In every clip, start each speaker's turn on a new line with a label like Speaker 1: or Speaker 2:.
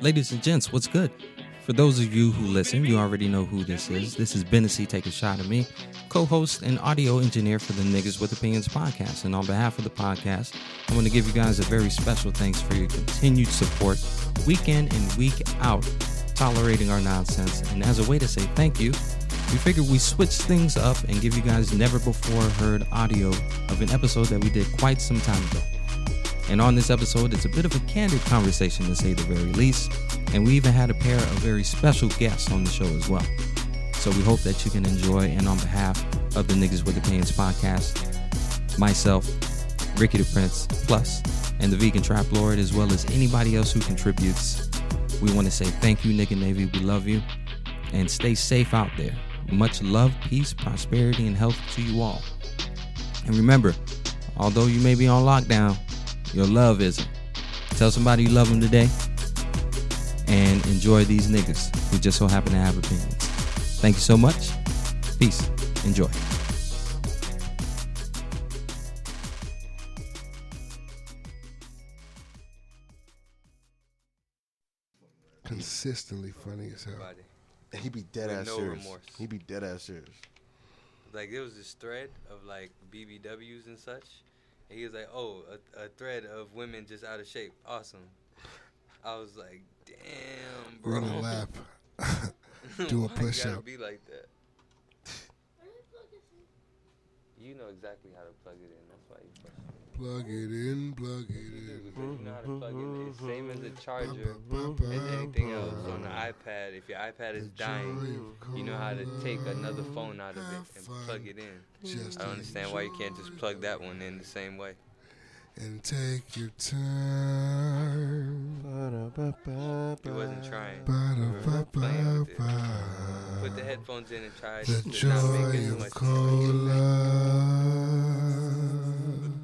Speaker 1: Ladies and gents, what's good? For those of you who listen, you already know who this is. This is Bennessy Take a Shot at Me, co host and audio engineer for the Niggas with Opinions podcast. And on behalf of the podcast, I want to give you guys a very special thanks for your continued support, week in and week out, tolerating our nonsense. And as a way to say thank you, we figured we switch things up and give you guys never before heard audio of an episode that we did quite some time ago. And on this episode, it's a bit of a candid conversation to say the very least. And we even had a pair of very special guests on the show as well. So we hope that you can enjoy. And on behalf of the Niggas with Opinions podcast, myself, Ricky the Prince, plus, and the Vegan Trap Lord, as well as anybody else who contributes, we want to say thank you, Nigga Navy. We love you. And stay safe out there. Much love, peace, prosperity, and health to you all. And remember, although you may be on lockdown, your love isn't. Tell somebody you love them today and enjoy these niggas who just so happen to have opinions. Thank you so much. Peace. Enjoy.
Speaker 2: Consistently funny as hell.
Speaker 3: Everybody.
Speaker 4: And he be dead
Speaker 3: With
Speaker 4: ass
Speaker 3: no
Speaker 4: serious.
Speaker 3: remorse.
Speaker 4: He be dead ass serious.
Speaker 3: Like there was this thread of like BBWs and such, and he was like, "Oh, a, a thread of women just out of shape. Awesome." I was like, "Damn, bro."
Speaker 2: Run a lap. Do a
Speaker 3: Why you
Speaker 2: push
Speaker 3: gotta
Speaker 2: up.
Speaker 3: Be like that. You know exactly how to plug it in. That's why you plug it
Speaker 2: Plug it in, plug it
Speaker 3: in. You do,
Speaker 2: in.
Speaker 3: because you know how
Speaker 2: Mm-hmm.
Speaker 3: to plug it in. It's same as a
Speaker 2: Ba,
Speaker 3: charger.
Speaker 2: ba, ba,
Speaker 3: It's anything
Speaker 2: ba.
Speaker 3: else on the iPad. If your iPad is
Speaker 2: Mm-hmm. The
Speaker 3: dying,
Speaker 2: joy of
Speaker 3: you know how to take another
Speaker 2: calling
Speaker 3: phone out of it
Speaker 2: fun.
Speaker 3: and plug it in.
Speaker 2: Just
Speaker 3: I don't understand why you can't just plug that one in the same way.
Speaker 2: And take your time.
Speaker 3: He wasn't trying. Playing with it. Put the
Speaker 2: Ba-da-ba-ba-ba.
Speaker 3: headphones in and try
Speaker 2: The
Speaker 3: to not make
Speaker 2: joy
Speaker 3: as
Speaker 2: of
Speaker 3: much
Speaker 2: cola.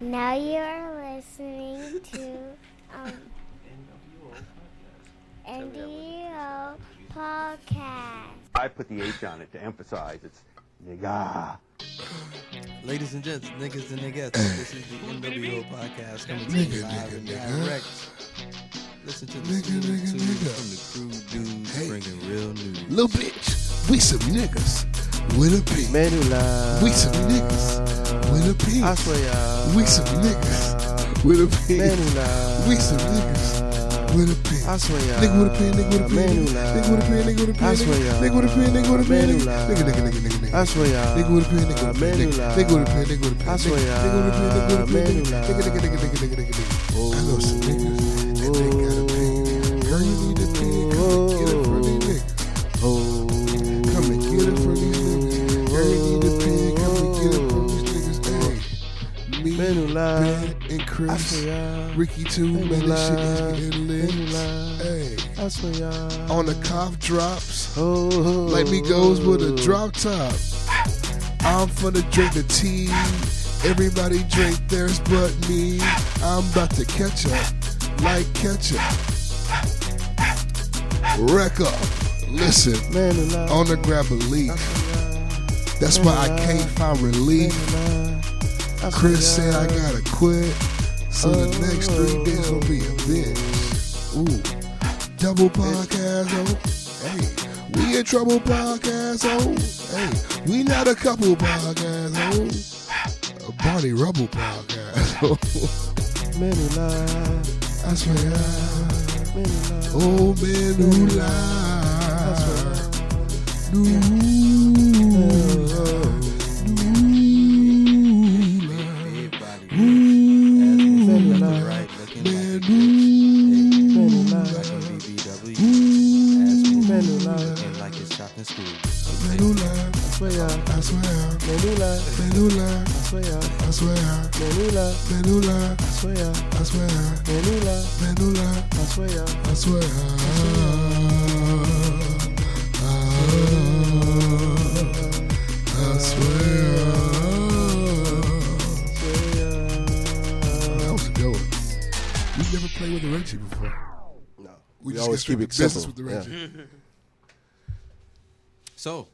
Speaker 5: Now you're listening to um, NDO podcast.
Speaker 6: I put the H on it to emphasize it's nigga.
Speaker 7: Ladies and gents, niggas and niggas, this is the NWO podcast coming to
Speaker 2: Nigga,
Speaker 7: you live and
Speaker 2: nigga, nigga.
Speaker 7: direct. Listen to the
Speaker 2: Nigga,
Speaker 7: nigga,
Speaker 2: nigga,
Speaker 7: two
Speaker 2: nigga.
Speaker 7: from the crew dudes
Speaker 2: Hey.
Speaker 7: bringing real news.
Speaker 2: Little bitch, we some niggas with a beat.
Speaker 4: Manula.
Speaker 2: We some niggas with a beat.
Speaker 4: I swear y'all.
Speaker 2: We some niggas with a beat.
Speaker 4: Manula.
Speaker 2: We some niggas with a beat.
Speaker 4: I swear y'all.
Speaker 2: Nigga with a pen, nigga with a pen,
Speaker 4: Manula.
Speaker 2: nigga with a pen, nigga with a pen,
Speaker 4: I swear y'all.
Speaker 2: nigga with a pen, nigga with a pen, nigga-
Speaker 4: Manula.
Speaker 2: nigga, nigga, nigga, nigga, nigga.
Speaker 4: I swear y'all.
Speaker 2: Nigga with a pen, nigga with a pen, nigga-
Speaker 4: Manula.
Speaker 2: nigga with a pen, nigga with a pen,
Speaker 4: I swear
Speaker 2: nigga- nigga with a pen, nigga with a pen, nigga-
Speaker 4: y'all.
Speaker 2: nigga, nigga, nigga, nigga, nigga, nigga, nigga. I know some niggas that they got a pen. Girl, you need a pen, come and get it from these niggas.
Speaker 4: Oh.
Speaker 2: Come and get it from these niggas. Girl, you need a pen, come and get it from these niggas. Hey, me,
Speaker 4: Manula.
Speaker 2: Ben, and
Speaker 4: I
Speaker 2: Chris,
Speaker 4: swear y'all.
Speaker 2: Ricky too, man, this shit is getting
Speaker 4: Manula.
Speaker 2: lit. Hey
Speaker 4: I swear y'all.
Speaker 2: on the cough drops.
Speaker 4: Oh.
Speaker 2: Like me goes with a drop top. I'm finna drink the tea. Everybody drink theirs but me. I'm about to catch up like ketchup. Wreck up. Listen,
Speaker 4: Manula.
Speaker 2: on the grab a leaf. That's why I can't find relief.
Speaker 4: Manula. I
Speaker 2: Chris
Speaker 4: swear
Speaker 2: said I
Speaker 4: y'all.
Speaker 2: gotta quit. So the next three days will be a bitch. Ooh. Double podcast, oh. Hey. We in trouble podcast, oh. Hey. We not a couple podcast, oh. A Barney Rubble podcast, oh.
Speaker 4: Manula.
Speaker 2: I swear. I-
Speaker 4: Manula.
Speaker 2: Oh, man, who
Speaker 4: I swear
Speaker 2: lie?
Speaker 4: y'all.
Speaker 7: Everybody here. As left and right, looking like a bitch.
Speaker 4: Manula.
Speaker 7: Hey, rocking BBW. As we looking like it's chopping school.
Speaker 2: Manula,
Speaker 4: I swear y'all.
Speaker 2: I swear,
Speaker 4: Manula.
Speaker 2: Manula,
Speaker 4: I swear y'all.
Speaker 2: I swear,
Speaker 4: Manula.
Speaker 2: Manula,
Speaker 4: I swear y'all.
Speaker 2: I swear,
Speaker 4: Manula.
Speaker 2: Manula,
Speaker 4: I swear y'all.
Speaker 2: I swear. I swear.
Speaker 4: I swear y'all.
Speaker 2: That was a good one. We've never played with a Reggie before.
Speaker 4: No. We
Speaker 2: We, just
Speaker 4: always
Speaker 2: get straight
Speaker 4: keep it
Speaker 2: to business
Speaker 4: simple.
Speaker 2: with the
Speaker 4: Yeah.
Speaker 2: Reggie.
Speaker 1: So,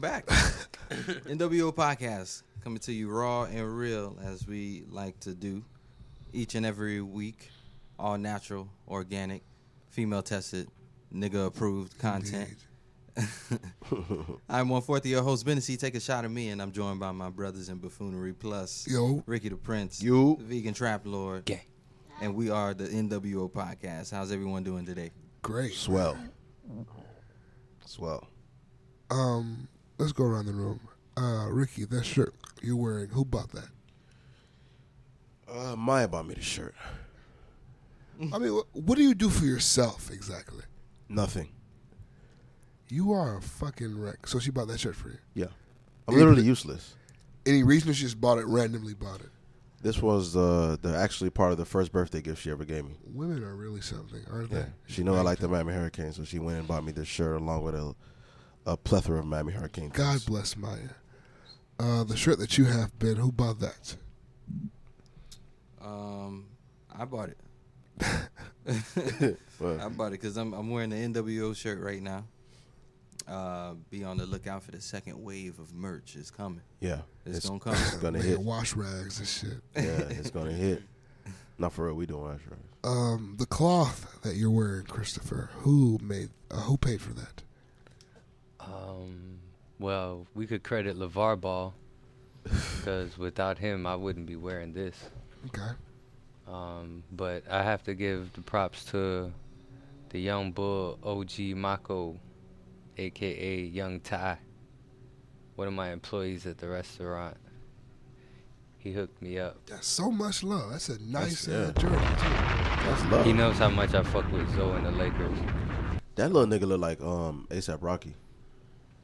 Speaker 1: back. NWO podcast coming to you raw and real as we like to do each and every week. All natural, organic, female tested, nigga approved content. I'm one fourth of your host, Bennessy. Take a shot at me, and I'm joined by my brothers in Buffoonery Plus,
Speaker 4: Yo.
Speaker 1: Ricky the Prince,
Speaker 8: You.
Speaker 1: Vegan Trap Lord, and we are the NWO podcast. How's everyone doing today?
Speaker 4: Great.
Speaker 8: Swell. Swell.
Speaker 4: oh. Um, let's go around the room. Uh, Ricky, that shirt you're wearing, who bought that?
Speaker 7: Uh, Maya bought me the shirt.
Speaker 4: I mean, what, what do you do for yourself exactly?
Speaker 7: Nothing.
Speaker 4: You are a fucking wreck. So she bought that shirt for you.
Speaker 7: Yeah. I'm literally useless.
Speaker 4: Any reason she just bought it randomly? Bought it.
Speaker 7: This was uh, the actually part of the first birthday gift she ever gave me.
Speaker 4: Women are really something, aren't
Speaker 7: Yeah.
Speaker 4: they?
Speaker 7: She know I like the Miami Hurricanes, so she went and bought me this shirt along with a, a plethora of Miami Hurricanes.
Speaker 4: God bless Maya. Uh, the shirt that you have, Ben, who bought that?
Speaker 1: Um, I bought it. I
Speaker 7: Well,
Speaker 1: bought it because I'm, I'm wearing the NWO shirt right now. Uh, be on the lookout for the second wave of merch. It's coming.
Speaker 7: yeah.
Speaker 1: It's gonna come.
Speaker 7: It's gonna
Speaker 4: Man,
Speaker 7: hit.
Speaker 4: wash rags and shit.
Speaker 7: Yeah, it's gonna hit. Not for real. We doing that shirt.
Speaker 4: Um, the cloth that you're wearing, Christopher. Who made? Uh, who paid for that?
Speaker 3: Um, well, we could credit LeVar Ball because without him, I wouldn't be wearing this.
Speaker 4: Okay.
Speaker 3: Um, but I have to give the props to the young bull OG Mako, aka Young Ty, one of my employees at the restaurant. He hooked me up.
Speaker 4: That's so much love. That's a nice uh,
Speaker 7: That's-
Speaker 4: journey.
Speaker 7: That's love.
Speaker 3: He knows how much I fuck with Zoe and the Lakers.
Speaker 7: That little nigga look like um ASAP Rocky.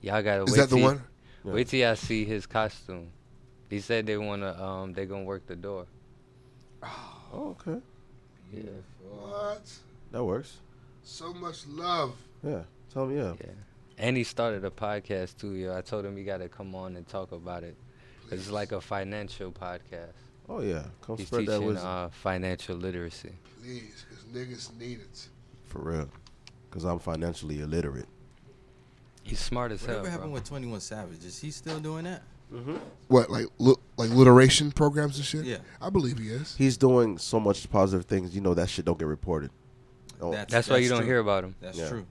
Speaker 3: Y'all gotta
Speaker 4: Too. Is
Speaker 3: wait.
Speaker 4: that the
Speaker 3: till-
Speaker 4: one?
Speaker 7: Yeah.
Speaker 3: Wait till y'all see his costume. He said they wanna um they gonna work the door.
Speaker 7: Oh, okay.
Speaker 3: Yeah.
Speaker 4: What?
Speaker 7: That works.
Speaker 4: So much love.
Speaker 7: Yeah. Tell me, yeah.
Speaker 3: Yeah. And he started a podcast too, yo. I told him he got to come on and talk about it. 'Cause It's like a financial podcast.
Speaker 7: Oh yeah. Come
Speaker 3: He's
Speaker 7: spread that
Speaker 3: teaching
Speaker 7: wisdom.
Speaker 3: uh, financial literacy.
Speaker 4: Please, because niggas need it.
Speaker 7: For real. Because I'm financially illiterate.
Speaker 3: He's smart as hell.
Speaker 1: Whatever happened
Speaker 3: bro.
Speaker 1: with Twenty One Savage? Is he still doing that?
Speaker 4: What, like li- like literation programs and shit?
Speaker 1: Yeah.
Speaker 4: I believe he is.
Speaker 7: He's doing so much positive things. You know that shit don't get reported. Oh,
Speaker 3: That's, why you don't
Speaker 1: true.
Speaker 3: hear about him.
Speaker 1: That's
Speaker 7: Yeah.
Speaker 1: true.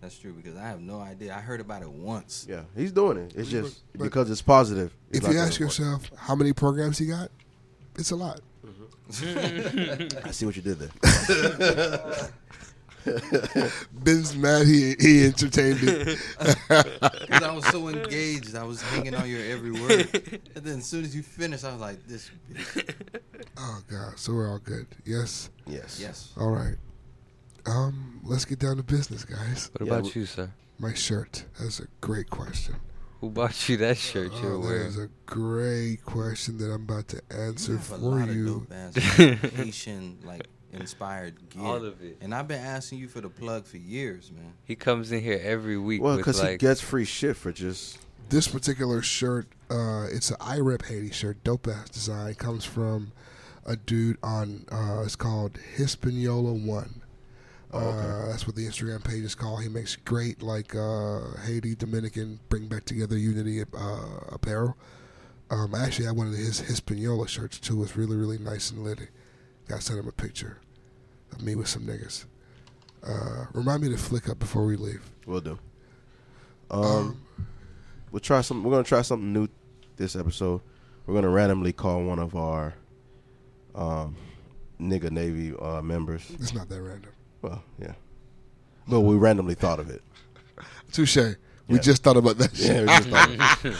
Speaker 1: That's true because I have no idea. I heard about it once.
Speaker 7: yeah. He's doing it. It's
Speaker 4: But-
Speaker 7: just
Speaker 4: but-
Speaker 7: because it's positive. it's
Speaker 4: if
Speaker 7: not
Speaker 4: you
Speaker 7: gonna
Speaker 4: ask
Speaker 7: report.
Speaker 4: yourself how many programs he got, it's a lot.
Speaker 3: Mm-hmm.
Speaker 7: I see what you did there.
Speaker 4: Ben's mad he, he entertained it.
Speaker 1: 'Cause I was so engaged, I was hanging on your every word. And then as soon as you finished, I was like, "This, bitch.
Speaker 4: oh God, so we're all good. Yes.
Speaker 7: Yes.
Speaker 1: yes,
Speaker 4: All right. Um, let's get down to business, guys.
Speaker 3: What
Speaker 7: Yeah,
Speaker 3: about
Speaker 7: we-
Speaker 3: you, sir?
Speaker 4: My shirt. That's a great question.
Speaker 3: Who bought you that shirt you're
Speaker 4: Oh, that is
Speaker 3: wearing?
Speaker 4: a great question that I'm about to answer
Speaker 1: you have
Speaker 4: for
Speaker 1: a lot
Speaker 4: you.
Speaker 1: of dope ass like, Haitian like inspired gear.
Speaker 3: All of it.
Speaker 1: And I've been asking you for the plug for years, man.
Speaker 3: He comes in here every week
Speaker 7: Well,
Speaker 3: with
Speaker 7: because he
Speaker 3: like
Speaker 7: gets free shit for just
Speaker 4: This particular shirt, uh, it's an I Rep Haiti shirt. Dope ass design comes from a dude on. Uh, it's called Hispaniola One. Uh, that's what the Instagram page is called. He makes great like uh, Haiti Dominican bring back together unity uh, apparel. Um, actually, I wanted his Hispaniola shirts too. It's really really nice and litty. Got sent him a picture of me with some niggas. Uh, remind me to flick up before we leave.
Speaker 7: We'll do. Um, we'll try some. We're gonna try something new this episode. We're gonna randomly call one of our um, nigga navy uh, members.
Speaker 4: It's not that random.
Speaker 7: Well, yeah, but we randomly thought of it.
Speaker 4: Touche. We
Speaker 7: Yeah.
Speaker 4: just thought about that shit.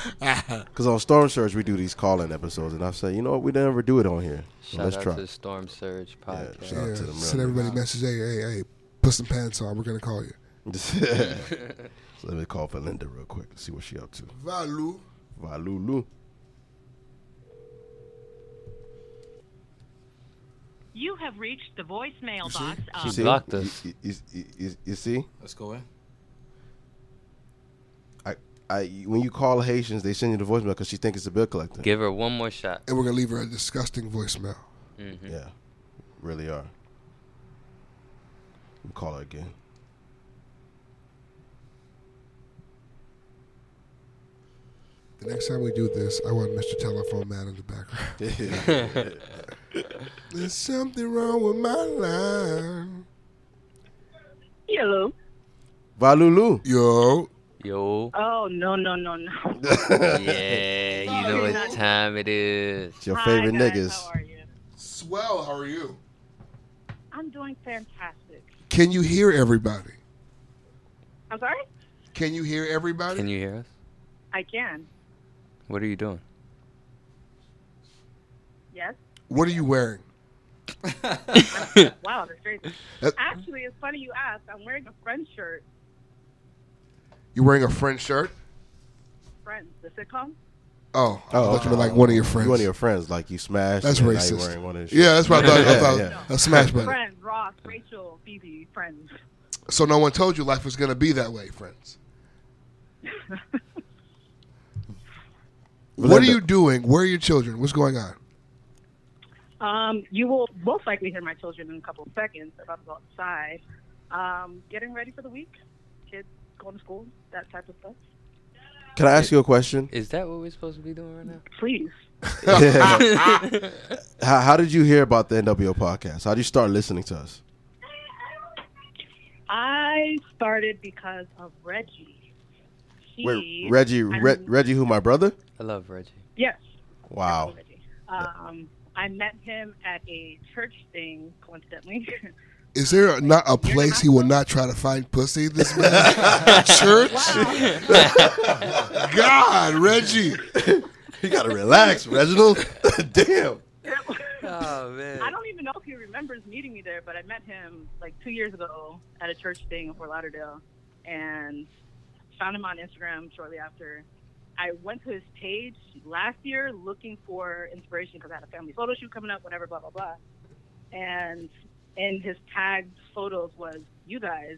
Speaker 7: Yeah, because on Storm Surge we do these call-in episodes, and I say, you know what, we never do it on here. So
Speaker 3: shout
Speaker 7: let's
Speaker 3: out
Speaker 7: try.
Speaker 3: to Storm Surge
Speaker 7: Yeah,
Speaker 3: podcast.
Speaker 7: shout out to
Speaker 4: Yeah,
Speaker 7: them
Speaker 4: send
Speaker 7: real
Speaker 4: everybody a message. Hey, hey, hey, put some pants on. We're gonna call you.
Speaker 7: niggas. so let me call Belinda real quick to see what she up to.
Speaker 4: Valu.
Speaker 7: Valulu.
Speaker 9: You have reached the voicemail box
Speaker 7: You
Speaker 9: of
Speaker 7: see?
Speaker 3: blocked
Speaker 7: You-
Speaker 3: us.
Speaker 7: you- you- you- you- you see?
Speaker 1: Let's go in.
Speaker 7: I, I, when you call Haitians, they send you the voicemail because she think it's a bill collector.
Speaker 3: Give her one more shot.
Speaker 4: And we're gonna leave her a disgusting voicemail.
Speaker 7: Mm-hmm. yeah, really are. We call her again.
Speaker 4: The next time we do this, I want Mr. Telephone Man in the background. There's something wrong with my line.
Speaker 9: Hello.
Speaker 7: Valulu.
Speaker 4: Yo.
Speaker 3: Yo.
Speaker 9: Oh no no no no.
Speaker 3: yeah, you know what time it is.
Speaker 7: It's your favorite niggas.
Speaker 4: Swell, how are you?
Speaker 9: I'm doing fantastic.
Speaker 4: Can you hear everybody?
Speaker 9: I'm sorry.
Speaker 4: Can you hear everybody?
Speaker 3: Can you hear us?
Speaker 9: I can.
Speaker 3: What are you doing?
Speaker 9: Yes.
Speaker 4: What are you wearing?
Speaker 9: Wow, that's crazy.
Speaker 4: That-
Speaker 9: Actually, it's funny you asked. I'm wearing a Friends shirt.
Speaker 4: You're wearing a French shirt?
Speaker 9: Friends, the sitcom.
Speaker 4: Oh, I thought you were like one of your friends.
Speaker 7: One of your friends, like you smashed.
Speaker 4: That's
Speaker 7: and now you
Speaker 4: racist.
Speaker 7: wearing one of his
Speaker 4: Yeah, that's what I thought. I
Speaker 7: Yeah,
Speaker 4: thought
Speaker 7: yeah.
Speaker 4: a smash button.
Speaker 9: Friends, Ross, Rachel, Phoebe, Friends.
Speaker 4: So no one told you life was gonna be that way, friends. what are
Speaker 7: Belinda.
Speaker 4: you doing? Where are your children? What's going on?
Speaker 9: Um, you will most likely hear my children in a couple of seconds if I go outside. Um, getting ready for the week. Kids going to school, that type of stuff.
Speaker 7: Can I ask you a question?
Speaker 3: Is that what we're supposed to be doing right now?
Speaker 9: Please.
Speaker 7: how, how did you hear about the NWO podcast? How did you start listening to us?
Speaker 9: I started because of Reggie. He,
Speaker 7: Wait, Reggie, Re- Reggie, who my brother?
Speaker 3: I love Reggie.
Speaker 9: Yes.
Speaker 7: Wow.
Speaker 9: Um, I met him at a church thing, coincidentally.
Speaker 4: Is there a, not a place he will not try to find pussy? This man, church. God, Reggie,
Speaker 7: you gotta relax, Reginald. Damn.
Speaker 3: Oh man.
Speaker 9: I don't even know if he remembers meeting me there, but I met him like two years ago at a church thing in Fort Lauderdale, and found him on Instagram shortly after. I went to his page last year looking for inspiration because I had a family photo shoot coming up, whenever, blah blah blah. And in his tagged photos was you guys,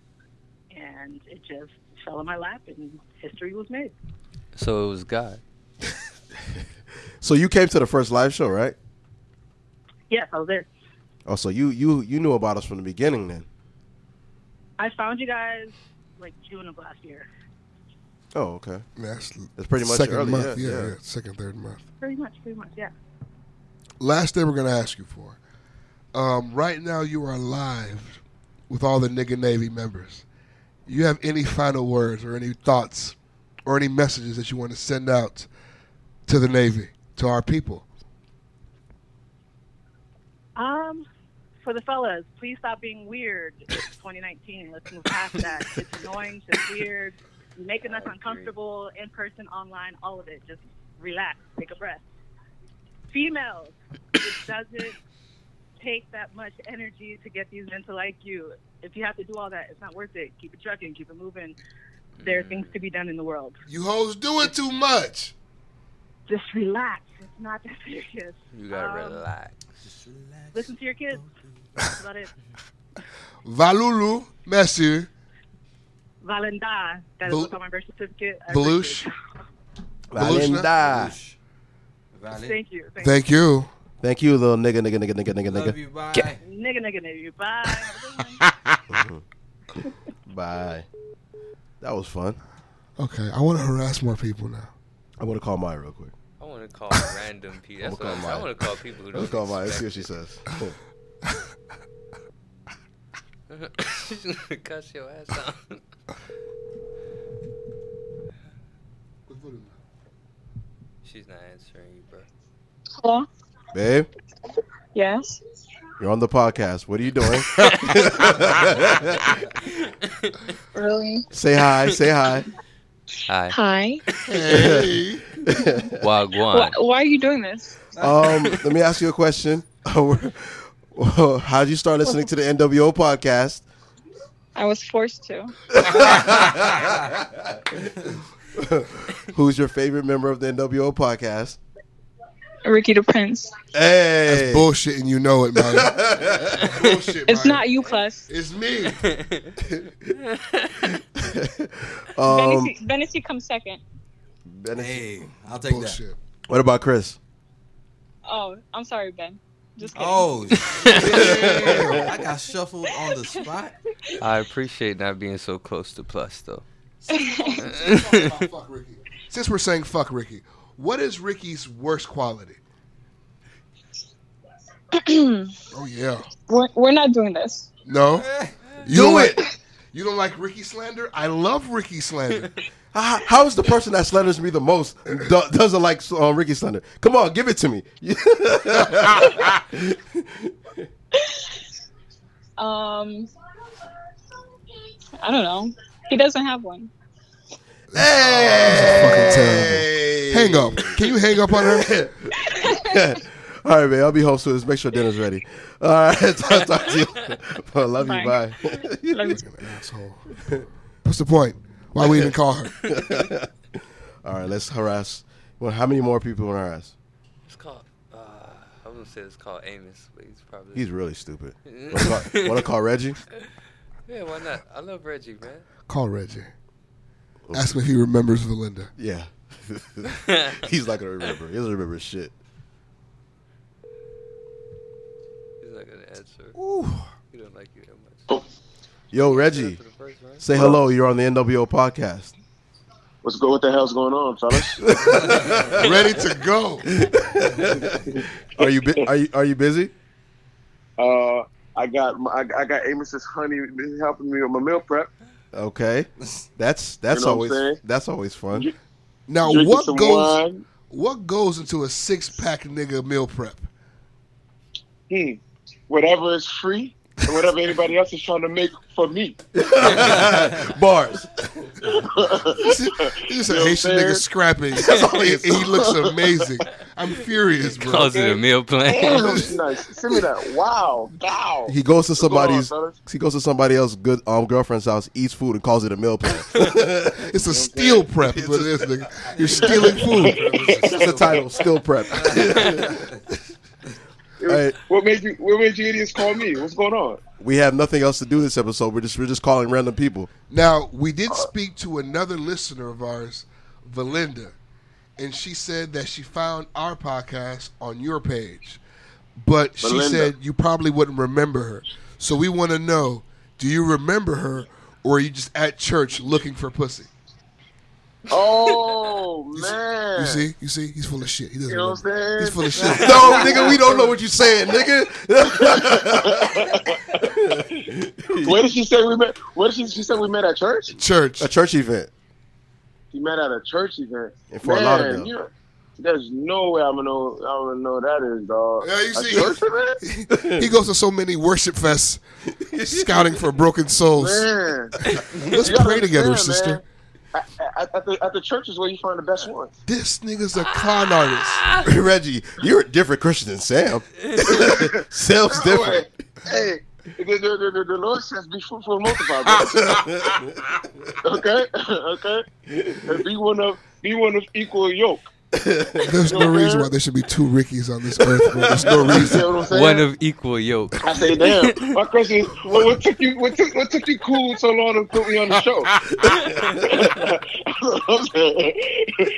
Speaker 9: and it just fell in my lap, and history was made.
Speaker 3: So it was God.
Speaker 7: So you came to the first live show, right?
Speaker 9: Yes, I was there.
Speaker 7: Oh, so you you you knew about us from the beginning then?
Speaker 9: I found you guys like June of last year,
Speaker 7: Oh, okay.
Speaker 4: That's,
Speaker 7: That's pretty much
Speaker 4: second
Speaker 7: early,
Speaker 4: month.
Speaker 7: yeah,
Speaker 4: Yeah,
Speaker 7: yeah.
Speaker 4: yeah, second, third month.
Speaker 9: pretty much, pretty much, yeah.
Speaker 4: Last thing we're gonna ask you for. Um, right now, you are live with all the nigga Navy members. You have any final words or any thoughts or any messages that you want to send out to the Navy, to our people?
Speaker 9: Um, for the fellas, please stop being weird. It's 2019. Let's move past that. It's annoying. It's weird. Making us uncomfortable in person, online, all of it. Just relax. Take a breath. Females, it doesn't take that much energy to get these men to like you. If you have to do all that, it's not worth it. Keep it trucking. Keep it moving. There are things to be done in the world.
Speaker 4: You hoes doing too much.
Speaker 9: Just relax. It's not that serious.
Speaker 3: You gotta
Speaker 9: Um,
Speaker 3: relax.
Speaker 9: Listen to your kids. That's about it.
Speaker 4: Valulu, Messi,
Speaker 9: Valenda. That is
Speaker 4: Bel-
Speaker 9: what's on my birth certificate. I
Speaker 4: Belush.
Speaker 7: Valenda.
Speaker 9: appreciate it. Thank you. Thank,
Speaker 4: Thank you.
Speaker 7: Thank you, little nigga, nigga, nigga, nigga, nigga, nigga.
Speaker 9: Bye. Nigga, nigga, nigga. Bye. Have a good one.
Speaker 7: Mm-hmm. Bye. That was fun.
Speaker 4: Okay, I want to harass more people now.
Speaker 7: I want to call Maya real quick.
Speaker 3: I want to call random people. That's what
Speaker 7: I'ma
Speaker 3: I'm
Speaker 7: call
Speaker 3: I
Speaker 7: Maya.
Speaker 3: want to call people who
Speaker 7: Let's
Speaker 3: don't.
Speaker 7: call Maya.
Speaker 3: expect
Speaker 7: See what she says.
Speaker 3: it. She's gonna cuss your ass out. She's not answering you, bro.
Speaker 10: Hello.
Speaker 7: Babe,
Speaker 10: Yes.
Speaker 7: you're on the podcast. What are you doing?
Speaker 10: Really.
Speaker 7: say hi. Say hi.
Speaker 3: Hi.
Speaker 10: Hi. Why,
Speaker 3: Wagwan.
Speaker 10: why are you doing this?
Speaker 7: um, let me ask you a question. How'd you start listening to the NWO podcast?
Speaker 10: I was forced to.
Speaker 7: Who's your favorite member of the NWO podcast?
Speaker 10: Ricky the Prince.
Speaker 7: Hey,
Speaker 4: That's bullshit, and you know it, man. bullshit.
Speaker 10: It's
Speaker 4: Maya.
Speaker 10: not you, plus.
Speaker 4: It's me.
Speaker 7: Um,
Speaker 10: Bennessy, Bennessy comes second.
Speaker 7: Hey,
Speaker 1: I'll take
Speaker 4: Bullshit.
Speaker 7: what about Chris?
Speaker 10: Oh, I'm sorry, Ben. Just kidding.
Speaker 1: Oh, shit. I got shuffled on the spot.
Speaker 3: I appreciate not being so close to plus though.
Speaker 4: Fuck Ricky. Since we're saying fuck Ricky, what is Ricky's worst quality? oh yeah. Oh,
Speaker 10: We're, we're not doing this.
Speaker 4: No. You know what? You don't like Ricky slander? I love Ricky slander.
Speaker 7: How- how is the person that slanders me the most do- doesn't like uh, Ricky Slender? Come on, give it to me.
Speaker 10: Um, I don't know. He doesn't have one.
Speaker 4: Hey! Hang up. Can you hang up on her?
Speaker 7: All right, man. I'll be home soon. Just make sure dinner's ready. All right. Talk, talk to you. Well, love you. Bye.
Speaker 4: asshole. What's the point? Why we even call her?
Speaker 7: All right. Let's harass. Well, how many more people want to harass?
Speaker 11: It's called. Uh, I was gonna say it's called Amos, but he's probably.
Speaker 7: He's really stupid. Want to call Reggie?
Speaker 11: Yeah, why not? I love Reggie, man.
Speaker 4: Call Reggie. Ask him if he remembers Valinda.
Speaker 7: Yeah. He's not gonna remember. He doesn't remember shit.
Speaker 11: He's not gonna answer. Ooh. He don't like you that much.
Speaker 7: Yo, Reggie. Say hello. You're on the NWO podcast.
Speaker 12: What's go? What the hell's going on, fellas?
Speaker 4: Ready to go.
Speaker 7: Are you bu- are you are you busy?
Speaker 12: Uh, I got my, I, I got Amos's honey helping me with my meal prep.
Speaker 7: Okay. That's that's
Speaker 12: You know what I'm saying?
Speaker 7: always that's always fun.
Speaker 4: Now
Speaker 12: Drinking
Speaker 4: what
Speaker 12: some
Speaker 4: goes
Speaker 12: wine.
Speaker 4: what goes into a six pack nigga meal prep?
Speaker 12: Hmm. Whatever is free, and whatever anybody else is trying to make for me.
Speaker 7: Bars.
Speaker 12: He's
Speaker 4: He's a Haitian nigga scrapping. and he looks amazing. I'm furious, bro.
Speaker 11: Calls it a meal plan.
Speaker 12: nice. Send me that. Wow. Wow.
Speaker 7: He goes to
Speaker 12: What's going on,
Speaker 7: somebody's he goes to somebody else's good um, girlfriend's house, eats food, and calls it a meal plan.
Speaker 4: it's a steel prep. Is what it is, nigga. You're stealing food.
Speaker 7: That's the title. Still prep. All right,
Speaker 12: What made you What made you idiots call me? What's going on?
Speaker 7: we have nothing else to do this episode. We're just we're just calling random people.
Speaker 4: Now, we did speak to another listener of ours, Valinda, and she said that she found our podcast on your page. But she
Speaker 12: Valinda.
Speaker 4: said you probably wouldn't remember her. So we want to know do you remember her or are you just at church looking for pussy?
Speaker 12: Oh man.
Speaker 4: You see? You see? He's full of shit. He doesn't
Speaker 12: You know what
Speaker 4: remember.
Speaker 12: I'm
Speaker 4: He's
Speaker 12: saying?
Speaker 4: full of shit.
Speaker 7: No, nigga, we don't know what you're saying, nigga.
Speaker 12: Where did she say we met? Where did she? She said we met at church.
Speaker 4: church.
Speaker 7: A church event.
Speaker 12: He met at a church event.
Speaker 7: In Fort
Speaker 12: Man,
Speaker 7: Lauderdale.
Speaker 12: you know, there's no way I'm gonna know. I'm gonna know that is dog.
Speaker 4: Yeah, you
Speaker 12: a
Speaker 4: see-
Speaker 12: church event?
Speaker 4: He goes to so many worship fests, scouting for broken souls.
Speaker 12: Man,
Speaker 4: Let's
Speaker 12: You gotta
Speaker 4: pray together,
Speaker 12: understand,
Speaker 4: sister.
Speaker 12: man. At, at- at the, at the church is where you find the best ones.
Speaker 4: This nigga's a con artist.
Speaker 7: Reggie, you're a different Christian than Sam. Sam's different.
Speaker 12: Hey, the, the, the, the- the Lord says, "Be fruitful and multiply." brother. okay, okay. And be one of be one of equal yoke.
Speaker 4: There's no reason why there should be two Rickies on this earth, bro. There's no
Speaker 12: You see
Speaker 4: reason.
Speaker 12: what I'm saying?
Speaker 11: One of equal yoke.
Speaker 12: I say, damn. My question is, what, what took you? What took, what took you cool so long to put me on the show?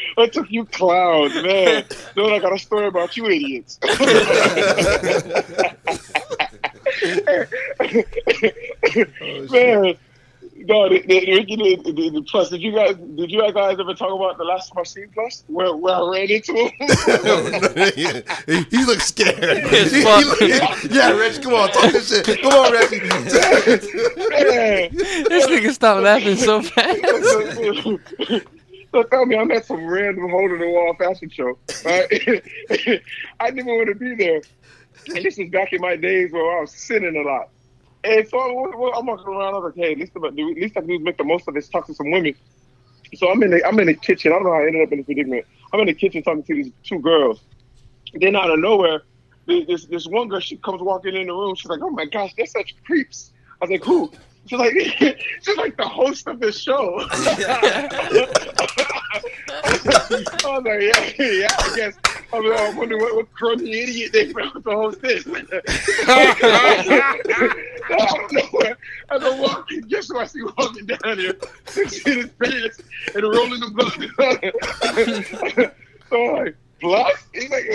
Speaker 12: what took you clowns, man? Dude, I got a story about you idiots.
Speaker 7: Oh,
Speaker 12: man, no, the, the, Ricky, the, the, the, plus. Did you guys? Did you guys ever talk about the last time I seen plus? Where, where I ran into him?
Speaker 7: he, he looks scared.
Speaker 11: It's
Speaker 7: He- he
Speaker 11: fun.
Speaker 7: look- yeah, Reggie, come on, talk this shit. Come on, Reggie.
Speaker 12: Man.
Speaker 11: this nigga stopped laughing so fast.
Speaker 12: so tell me, I'm at some random hole in the wall fashion show. Right? I didn't want to be there. And this is back in my days where I was sinning a lot. And so I, am walking around. I was like, hey, at least, I'm, at least I can do is make the most of this talking to some women. So I'm in the I'm in the kitchen. I don't know how I ended up in this predicament. I'm in the kitchen talking to these two girls. Then out of nowhere, this this, this one girl she comes walking in the room. She's like, "Oh my gosh, they're such creeps." I was like, "Who?" She's like, "She's like the host of this show." I was like, yeah, yeah, I guess. I was like, I wonder what, what crummy idiot they found to host this. Out of nowhere, as I walk, guess who I see walking down here? in his pants and rolling the blood. so I'm like, plus? He's like,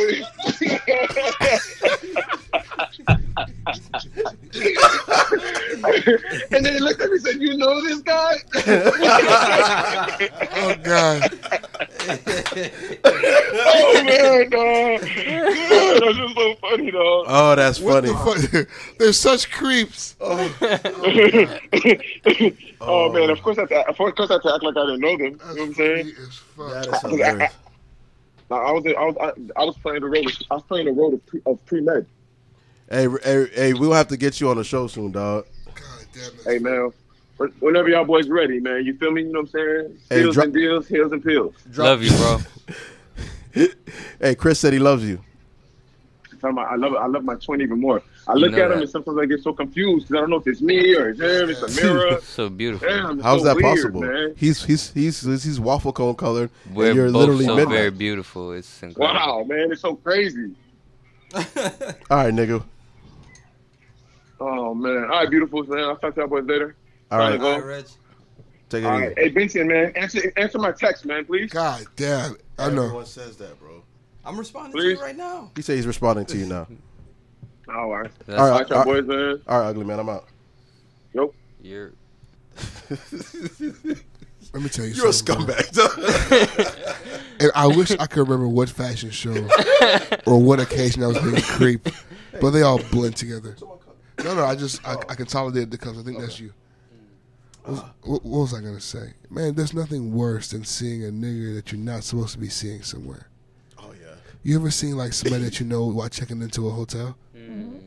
Speaker 12: and then he looked at me and said, "You know this guy?"
Speaker 4: Oh, God.
Speaker 12: oh man, dog. Good. That's just so funny, dog.
Speaker 7: Oh, that's
Speaker 12: What
Speaker 7: funny.
Speaker 4: the fuck? They're such creeps.
Speaker 12: Oh,
Speaker 7: Oh.
Speaker 12: man, of course I have to, of course I have to act like I didn't know them. You know what I'm saying?
Speaker 7: That is
Speaker 12: I- I,
Speaker 7: hilarious.
Speaker 12: I, I was, I was, I, I was playing the role. Of, I was playing the role of pre, of pre-med.
Speaker 7: Hey, r- hey, hey, we'll have to get you on the show soon, dog.
Speaker 12: Hey man, wh- whenever y'all boys ready, man, you feel me? You know what I'm saying?
Speaker 7: Hey,
Speaker 12: Pills
Speaker 7: drop-
Speaker 12: and deals, heels and pills.
Speaker 3: Love you, bro.
Speaker 7: hey, Chris said he loves you.
Speaker 12: Talking about- I love, it. I love my twin even more. I look
Speaker 7: know
Speaker 12: at him
Speaker 7: that.
Speaker 12: and sometimes I get so confused because I don't know if it's me or it's him, it's a mirror.
Speaker 3: so beautiful.
Speaker 12: Damn, it's
Speaker 7: How's
Speaker 12: so
Speaker 7: that
Speaker 12: weird,
Speaker 7: possible?
Speaker 12: man.
Speaker 7: He's he's he's he's, he's waffle cone colored. and
Speaker 3: We're
Speaker 7: you're
Speaker 3: both
Speaker 7: literally
Speaker 3: so
Speaker 7: midnight.
Speaker 3: very beautiful. It's incredible.
Speaker 12: Wow, man, it's so crazy.
Speaker 7: All right, nigga.
Speaker 12: Oh man, all right, beautiful man. I'll talk to y'all boys later.
Speaker 7: All
Speaker 12: Time
Speaker 7: right.
Speaker 12: to go.
Speaker 7: All right, Take it
Speaker 12: All
Speaker 7: easy.
Speaker 12: right. Hey, Benson, man, answer answer my text, man, please.
Speaker 4: God damn,
Speaker 7: I know. Everyone says that, bro.
Speaker 1: I'm responding
Speaker 12: Please.
Speaker 1: to you right now.
Speaker 7: He said he's responding to you now.
Speaker 12: All right.
Speaker 7: all right,
Speaker 12: y'all
Speaker 7: all
Speaker 12: boys,
Speaker 7: right,
Speaker 12: man.
Speaker 7: all right, ugly man, I'm out.
Speaker 12: Nope.
Speaker 3: You're.
Speaker 4: Let me tell you
Speaker 7: You're a
Speaker 4: something, bro.
Speaker 7: scumbag.
Speaker 4: and I wish I could remember what fashion show or what occasion I was being a creep, but they all blend together. No, no, I just
Speaker 7: Oh.
Speaker 4: I, I consolidated the cups. I think that's you. What was, what, what was I gonna say? Man, there's nothing worse than seeing a nigga that you're not supposed to be seeing somewhere.
Speaker 7: Oh yeah.
Speaker 4: You ever seen like somebody that you know while checking into a hotel?
Speaker 12: Mm-hmm.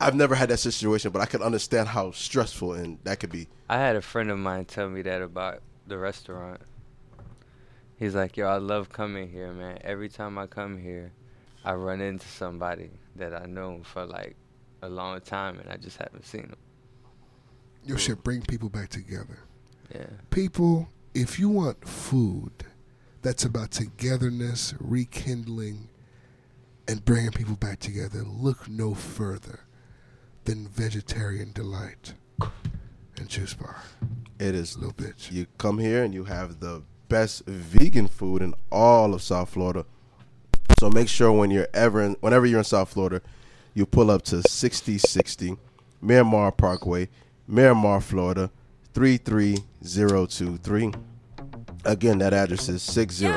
Speaker 7: I've never had that situation, but I can understand how stressful and that could be.
Speaker 3: I had a friend of mine tell me that about the restaurant. He's like, yo, I love coming here, man. Every time I come here, I run into somebody that I know for like a long time and I just haven't seen them.
Speaker 4: Your shit bring people back together.
Speaker 3: Yeah.
Speaker 4: People, if you want food that's about togetherness, rekindling, and bringing people back together, look no further than Vegetarian Delight and Juice Bar.
Speaker 7: It is
Speaker 4: little bitch.
Speaker 7: You come here and you have the best vegan food in all of South Florida. So make sure when you're ever in, whenever you're in South Florida, you pull up to 6060 Miramar Parkway, Miramar, Florida 33023. Again, that address is 60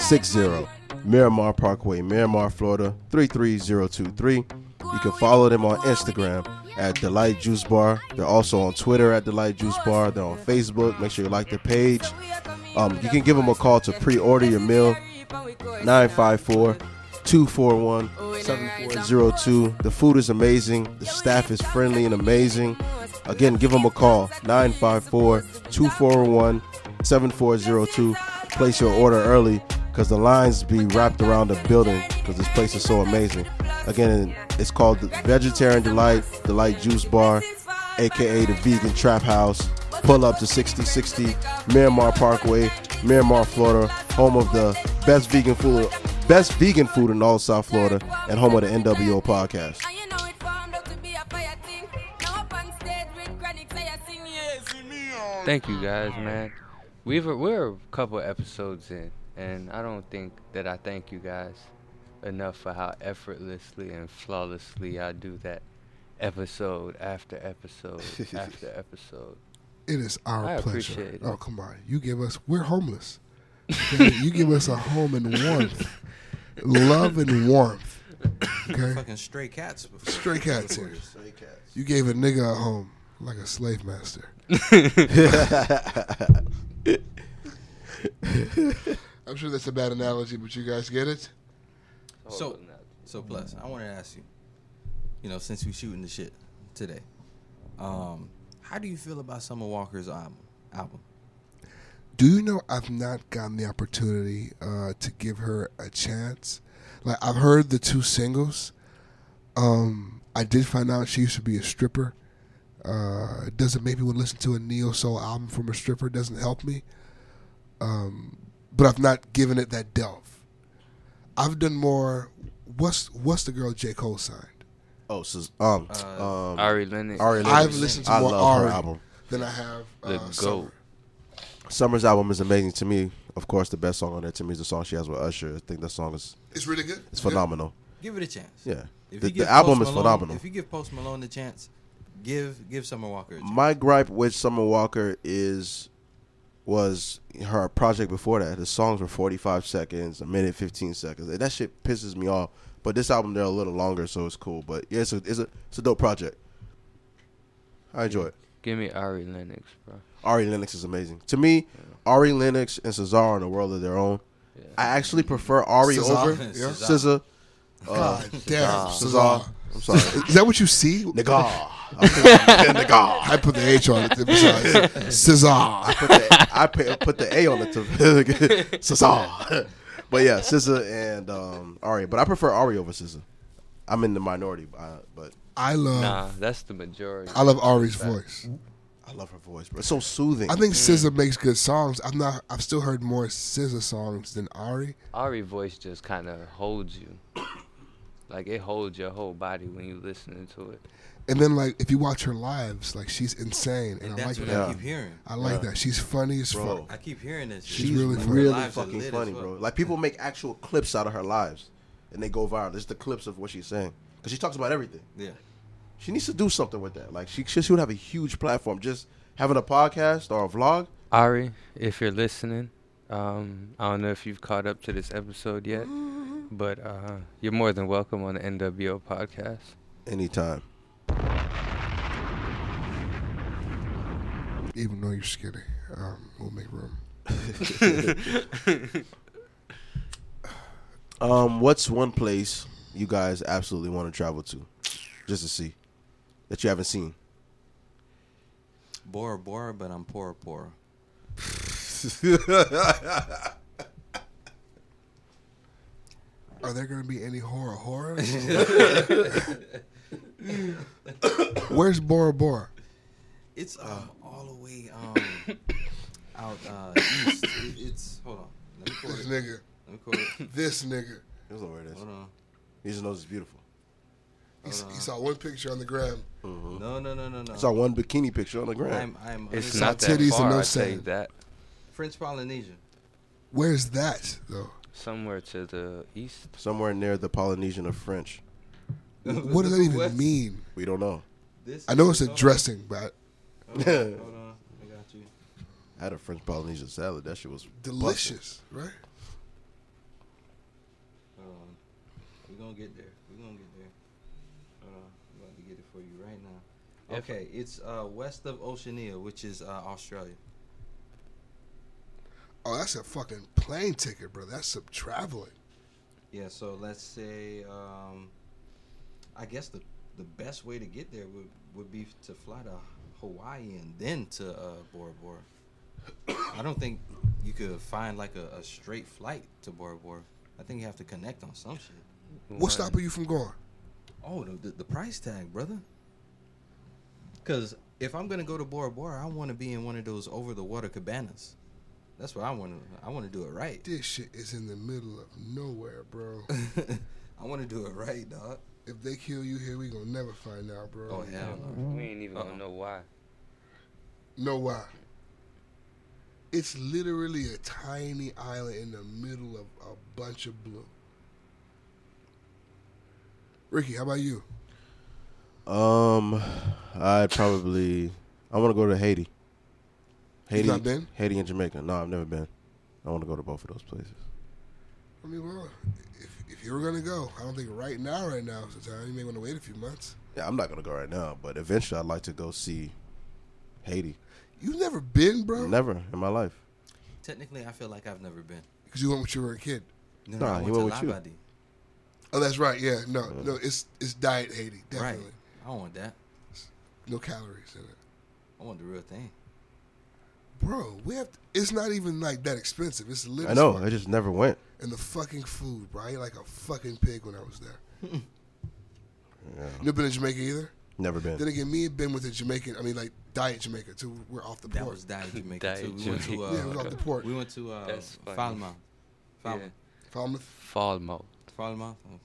Speaker 7: 60 Miramar Parkway, Miramar, Florida 33023. You can follow them on Instagram at Delight Juice Bar. They're also on Twitter at Delight Juice Bar. They're on Facebook. Make sure you like the page. Um, you can give them a call to pre order your meal 954 241 7402. The food is amazing. The staff is friendly and amazing. Again, give them a call 954 241 7402. Place your order early because the lines be wrapped around the building because this place is so amazing. Again, it's called the Vegetarian Delight, Delight Juice Bar, aka the Vegan Trap House. Pull up to 6060 Miramar Parkway, Miramar, Florida, home of the best vegan food, best vegan food in all of South Florida, and home of the NWO podcast.
Speaker 3: Thank you guys, man. We've we're a couple episodes in, and I don't think that I thank you guys enough for how effortlessly and flawlessly I do that episode after episode after episode.
Speaker 4: It is our
Speaker 3: I
Speaker 4: pleasure.
Speaker 3: appreciate it.
Speaker 4: Oh come on, you give us we're homeless. Okay? you give us a home and warmth, love and warmth. Okay,
Speaker 13: Fucking stray cats. Before.
Speaker 4: stray cats here. You gave a nigga a home like a slave master. I'm sure that's a bad analogy, but you guys get it.
Speaker 1: Oh,
Speaker 13: So, so plus, I wanted to ask you, you know, since we shooting the shit today, um, how do you feel about Summer Walker's album? Album.
Speaker 4: Do you know I've not gotten the opportunity uh, to give her a chance? Like I've heard the two singles. Um, I did find out she used to be a stripper. Uh, doesn't make me want to listen to a neo soul album from a stripper. Doesn't help me. Um, but I've not given it that delve. I've done more. What's What's the girl J Cole signed?
Speaker 7: Oh, so, um, um,
Speaker 3: Ari Lennox.
Speaker 7: Ari Lennox.
Speaker 4: Uh, I've listened to
Speaker 7: I
Speaker 4: more
Speaker 7: love her
Speaker 4: Ari
Speaker 7: album.
Speaker 4: than I have uh,
Speaker 3: The
Speaker 4: Summer.
Speaker 3: goat.
Speaker 7: Summer's album is amazing to me. Of course, the best song on there to me is the song she has with Usher. I think that song is
Speaker 4: It's really good.
Speaker 7: It's phenomenal.
Speaker 13: Give it a chance.
Speaker 7: Yeah,
Speaker 13: If
Speaker 7: the,
Speaker 13: you give
Speaker 7: the album
Speaker 13: Post
Speaker 7: is
Speaker 13: Malone-
Speaker 7: phenomenal.
Speaker 13: If you give Post Malone the chance, give give Summer Walker. A chance.
Speaker 7: My gripe with Summer Walker is was her project before that. The songs were 45 seconds, a minute 15 seconds. And that shit pisses me off. But this album they're a little longer, so it's cool. But yeah, it's a it's a, it's a dope project. I enjoy it.
Speaker 3: Give me Ari Lennox, bro.
Speaker 7: Ari Lennox is amazing. To me, Ari Lennox and Cesar are in a world of their own. I actually prefer Ari
Speaker 4: Cesar.
Speaker 7: over
Speaker 4: Yeah.
Speaker 7: SZA. Uh,
Speaker 4: God damn,
Speaker 7: Cesar.
Speaker 4: Cesar.
Speaker 7: I'm sorry.
Speaker 4: Is that what you see?
Speaker 7: Nigga.
Speaker 4: Nigga. I put the H on it. uh, Besides, Cesar.
Speaker 7: I put the, I put, put the A on it to Cesar. but yeah, SZA and um, Ari. But I prefer Ari over SZA. I'm in the minority, uh, but
Speaker 4: I love.
Speaker 3: Nah, that's the majority.
Speaker 4: I love Ari's voice.
Speaker 7: I love her voice, bro. It's so soothing.
Speaker 4: I think SZA makes good songs. I'm not. I've still heard more SZA songs than Ari.
Speaker 3: Ari voice just kind of holds you. Like it holds your whole body when you listening to it.
Speaker 4: And then like if you watch her lives, like she's insane, and,
Speaker 1: And
Speaker 4: I like
Speaker 1: that's what
Speaker 4: that.
Speaker 1: I keep hearing.
Speaker 4: I like
Speaker 1: Yeah.
Speaker 4: that. She's funny as
Speaker 7: Bro.
Speaker 4: fuck.
Speaker 1: I keep hearing this.
Speaker 7: She's really, fucking funny, bro. Like people make actual clips out of her lives, and they go viral. It's the clips of what she's saying because she talks about everything.
Speaker 1: Yeah.
Speaker 7: She needs to do something with that. Like she, she she would have a huge platform. Just having a podcast or a vlog.
Speaker 3: Ari, if you're listening, um, I don't know if you've caught up to this episode yet, but uh, you're more than welcome on the NWO podcast.
Speaker 7: Anytime.
Speaker 4: Even though you're skinny, um, we'll make room.
Speaker 7: Um, what's one place you guys absolutely want to travel to, just to see that you haven't seen?
Speaker 1: Bora Bora, but I'm Pora Pora.
Speaker 4: Are there gonna be any horror horror? Where's Bora Bora?
Speaker 1: It's um, all the way um, out uh, east. It, it's hold on. Let me quote
Speaker 4: This
Speaker 1: it.
Speaker 4: nigga.
Speaker 1: Let me quote it.
Speaker 4: This nigga.
Speaker 7: He doesn't know where it is.
Speaker 1: Hold on.
Speaker 7: He just knows it's beautiful.
Speaker 4: He, s-
Speaker 2: Uh-huh.
Speaker 4: he saw one picture on the gram.
Speaker 1: No, no, no, no, no.
Speaker 7: I saw one bikini picture on the ground.
Speaker 1: I'm, I'm
Speaker 3: It's
Speaker 1: unass-
Speaker 3: not
Speaker 4: saw
Speaker 3: that
Speaker 4: titties and
Speaker 3: far.
Speaker 4: no
Speaker 3: I tell you
Speaker 4: sand.
Speaker 3: that
Speaker 1: French Polynesia.
Speaker 4: Where's that though?
Speaker 3: somewhere to the east.
Speaker 7: Somewhere near the Polynesian of French.
Speaker 4: What does that even
Speaker 1: West-
Speaker 4: mean?
Speaker 7: We don't know.
Speaker 1: This
Speaker 4: I know
Speaker 1: is-
Speaker 4: it's a
Speaker 1: hold on.
Speaker 4: dressing, but
Speaker 1: Hold on, hold on. I got you.
Speaker 7: I had a French Polynesian salad. That shit was busting.
Speaker 4: delicious, right?
Speaker 1: Hold on. We're gonna get there. We're gonna get there. Hold on. I'm about to get it for you right now.
Speaker 3: If-
Speaker 1: Okay, it's uh, west of Oceania, which is uh, Australia.
Speaker 4: Oh, that's a fucking plane ticket, bro. That's some traveling.
Speaker 1: Yeah, so let's say um, I guess the the best way to get there would, would be to fly to Hawaii and then to uh, Bora Bora. I don't think you could find like a, a straight flight to Bora Bora. I think you have to connect on some shit.
Speaker 4: What stopping you from going?
Speaker 1: Oh, the, the, the price tag, brother. Because if I'm gonna go to Bora Bora, I want to be in one of those over the water cabanas. That's what I want to. I want to do it right.
Speaker 4: This shit is in the middle of nowhere, bro.
Speaker 1: I want to do it right, dog.
Speaker 4: if they kill you here, we gonna never find out, bro.
Speaker 1: Oh hell no.
Speaker 3: We ain't even gonna know why.
Speaker 4: No why? It's literally a tiny island in the middle of a bunch of blue. Ricky, how about you?
Speaker 7: Um, I'd probably. I want to go to Haiti. Haiti,
Speaker 4: not been?
Speaker 7: Haiti and Jamaica. No, I've never been. I want to go to both of those places.
Speaker 4: I mean, well, if, if you were gonna go, I don't think right now, right now is the time. You may want to wait a few months.
Speaker 7: Yeah, I'm not gonna go right now, but eventually I'd like to go see Haiti.
Speaker 4: You've never been, bro,
Speaker 7: Never in my life.
Speaker 1: Technically, I feel like I've never been.
Speaker 4: because you went when you were a kid.
Speaker 1: No,
Speaker 7: Nah,
Speaker 1: I
Speaker 7: he
Speaker 1: went to
Speaker 7: went with
Speaker 1: Labadi.
Speaker 4: Oh, that's right. Yeah, no, no, it's it's diet Haiti,
Speaker 1: Right.
Speaker 4: definitely.
Speaker 1: I don't want that.
Speaker 4: No calories in it,
Speaker 1: I want the real thing.
Speaker 4: bro. We have. To, it's not even like that expensive. It's literally.
Speaker 7: I know. I just never went.
Speaker 4: and the fucking food, bro. I ate like a fucking pig when I was there.
Speaker 7: Yeah,
Speaker 4: You been in Jamaica either?
Speaker 7: never
Speaker 4: Then
Speaker 7: been.
Speaker 4: again, me and Ben went to Jamaican. I mean, like diet Jamaica too. We're off the
Speaker 1: That
Speaker 4: port.
Speaker 1: was Diet Jamaica
Speaker 3: Diet
Speaker 1: too. We went to
Speaker 3: Jamaica.
Speaker 1: uh,
Speaker 4: yeah, we're off the port.
Speaker 1: we went to uh,
Speaker 3: That's funny.
Speaker 1: Falmouth. Falmouth.
Speaker 3: Yeah.
Speaker 4: Falmouth.
Speaker 3: Fall mode.
Speaker 1: Falmouth. Okay.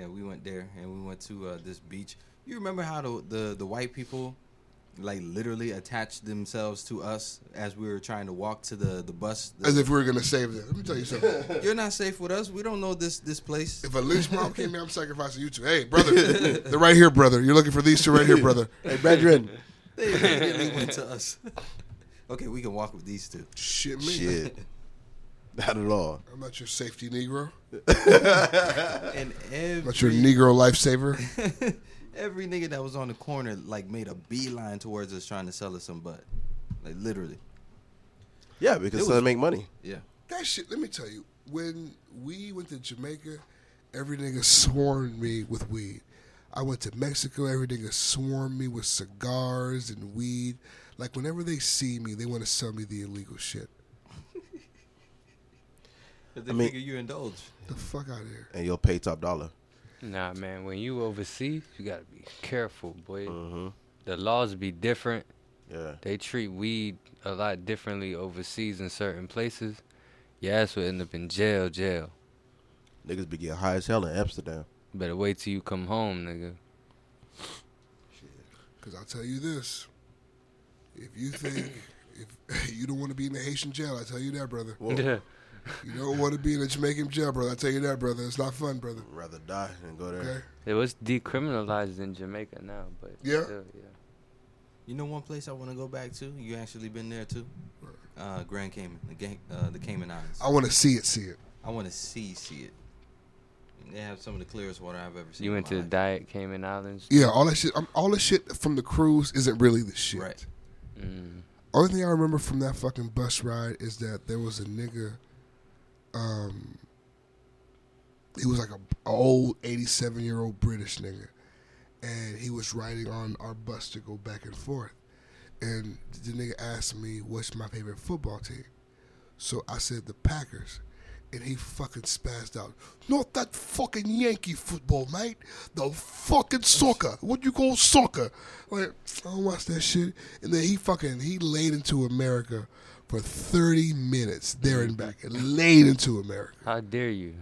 Speaker 1: Yeah, we went there and we went to uh, this beach. You remember how the, the the white people like literally attached themselves to us as we were trying to walk to the the bus. The-
Speaker 4: As if we were gonna save them. Let me tell you something.
Speaker 1: You're not safe with us. We don't know this this place.
Speaker 4: If a lynch mob came here, I'm sacrificing you two. Hey, brother, they're right here, brother. You're looking for these two right here, brother.
Speaker 7: Hey, brethren.
Speaker 1: They immediately went to us. Okay, we can walk with these two.
Speaker 4: Shit, me.
Speaker 7: Shit. Not at all.
Speaker 4: I'm not your safety Negro.
Speaker 1: and every
Speaker 4: Not your Negro lifesaver.
Speaker 1: every nigga that was on the corner like made a beeline towards us trying to sell us some butt, like literally.
Speaker 7: Yeah, because
Speaker 1: It
Speaker 7: so they
Speaker 1: was-
Speaker 7: make money.
Speaker 1: Yeah.
Speaker 4: That shit. Let me tell you. When we went to Jamaica, every nigga swarmed me with weed. I went to Mexico. Every nigga swarmed me with cigars and weed. Like whenever they see me, they want to sell me the illegal shit.
Speaker 1: They
Speaker 7: I mean-
Speaker 1: figure you indulge.
Speaker 4: The fuck out of here.
Speaker 7: And you'll pay top dollar.
Speaker 3: Nah, man. When you overseas, you gotta be careful, boy. The laws be different.
Speaker 7: Mm-hmm. Yeah.
Speaker 3: They treat weed a lot differently overseas in certain places. Your ass will end up in jail, jail.
Speaker 7: Niggas be getting high as hell in Amsterdam.
Speaker 3: Better wait till you come home, nigga.
Speaker 4: Because I'll tell you this: if you think if you don't want to be in the Haitian jail, I tell you that, brother.
Speaker 7: Whoa. Yeah.
Speaker 4: You don't want to be in a Jamaican jail, brother. I tell you that, brother. It's not fun, brother.
Speaker 7: Rather die than go there.
Speaker 4: Okay.
Speaker 3: It was decriminalized in Jamaica now, but
Speaker 4: Yeah.
Speaker 3: still, yeah.
Speaker 1: You know one place I want to go back to? You actually been there too? Uh, Grand Cayman, the, Ga- uh, the Cayman Islands.
Speaker 4: I want to see it, see it.
Speaker 1: I want to see see it. They have some of the clearest water I've ever seen.
Speaker 3: You
Speaker 1: in
Speaker 3: went
Speaker 1: my
Speaker 3: to the
Speaker 1: life.
Speaker 3: Diet Cayman Islands.
Speaker 4: Yeah, all that shit. Um, all the shit from the cruise isn't really the shit.
Speaker 1: Right.
Speaker 3: Mm.
Speaker 4: Only thing I remember from that fucking bus ride is that there was a nigga. Um, he was like a, a old eighty-seven year old British nigga, and he was riding on our bus to go back and forth. And the nigga asked me, "What's my favorite football team?" So I said the Packers, and he fucking spazzed out. Not that fucking Yankee football, mate. The fucking soccer. What you call soccer? Like I don't watch that shit. And then he fucking he laid into America for thirty minutes there and back, and laid into America.
Speaker 3: How dare you?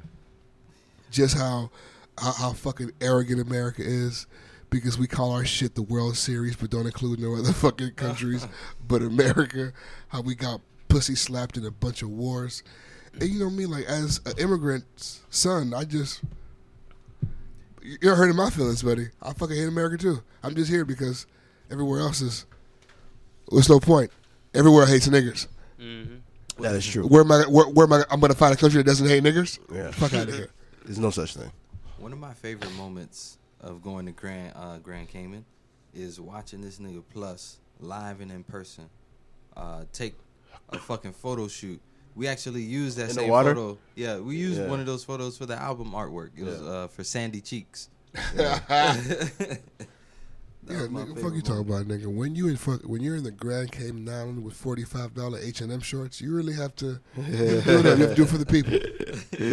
Speaker 4: Just how how, how fucking arrogant America is. Because we call our shit the World Series, but don't include no other fucking countries but America. How we got pussy slapped in a bunch of wars, and you know what I mean. Like as an immigrant's son, I just you're hurting my feelings, buddy. I fucking hate America too. I'm just here because everywhere else is. There's no point. Everywhere hates niggers.
Speaker 7: That is true.
Speaker 4: Where am I? Where, where am I? I'm gonna find a country that doesn't hate niggers.
Speaker 7: Yeah.
Speaker 4: Fuck out of here.
Speaker 7: There's no such thing.
Speaker 1: One of my favorite moments of going to Grand uh, Grand Cayman is watching this nigga Plus live and in person uh, take a fucking photo shoot. We actually used that
Speaker 7: In the
Speaker 1: same
Speaker 7: water?
Speaker 1: photo. Yeah, we used
Speaker 7: Yeah.
Speaker 1: one of those photos for the album artwork. It was
Speaker 7: Yeah.
Speaker 1: uh, for Sandy Cheeks.
Speaker 4: Yeah, nigga, fuck you talking about, nigga. When you in fuck, when you're in the Grand Cayman Island with forty five dollar H and M shorts, you really have to you have to do that. You have to do it for the people.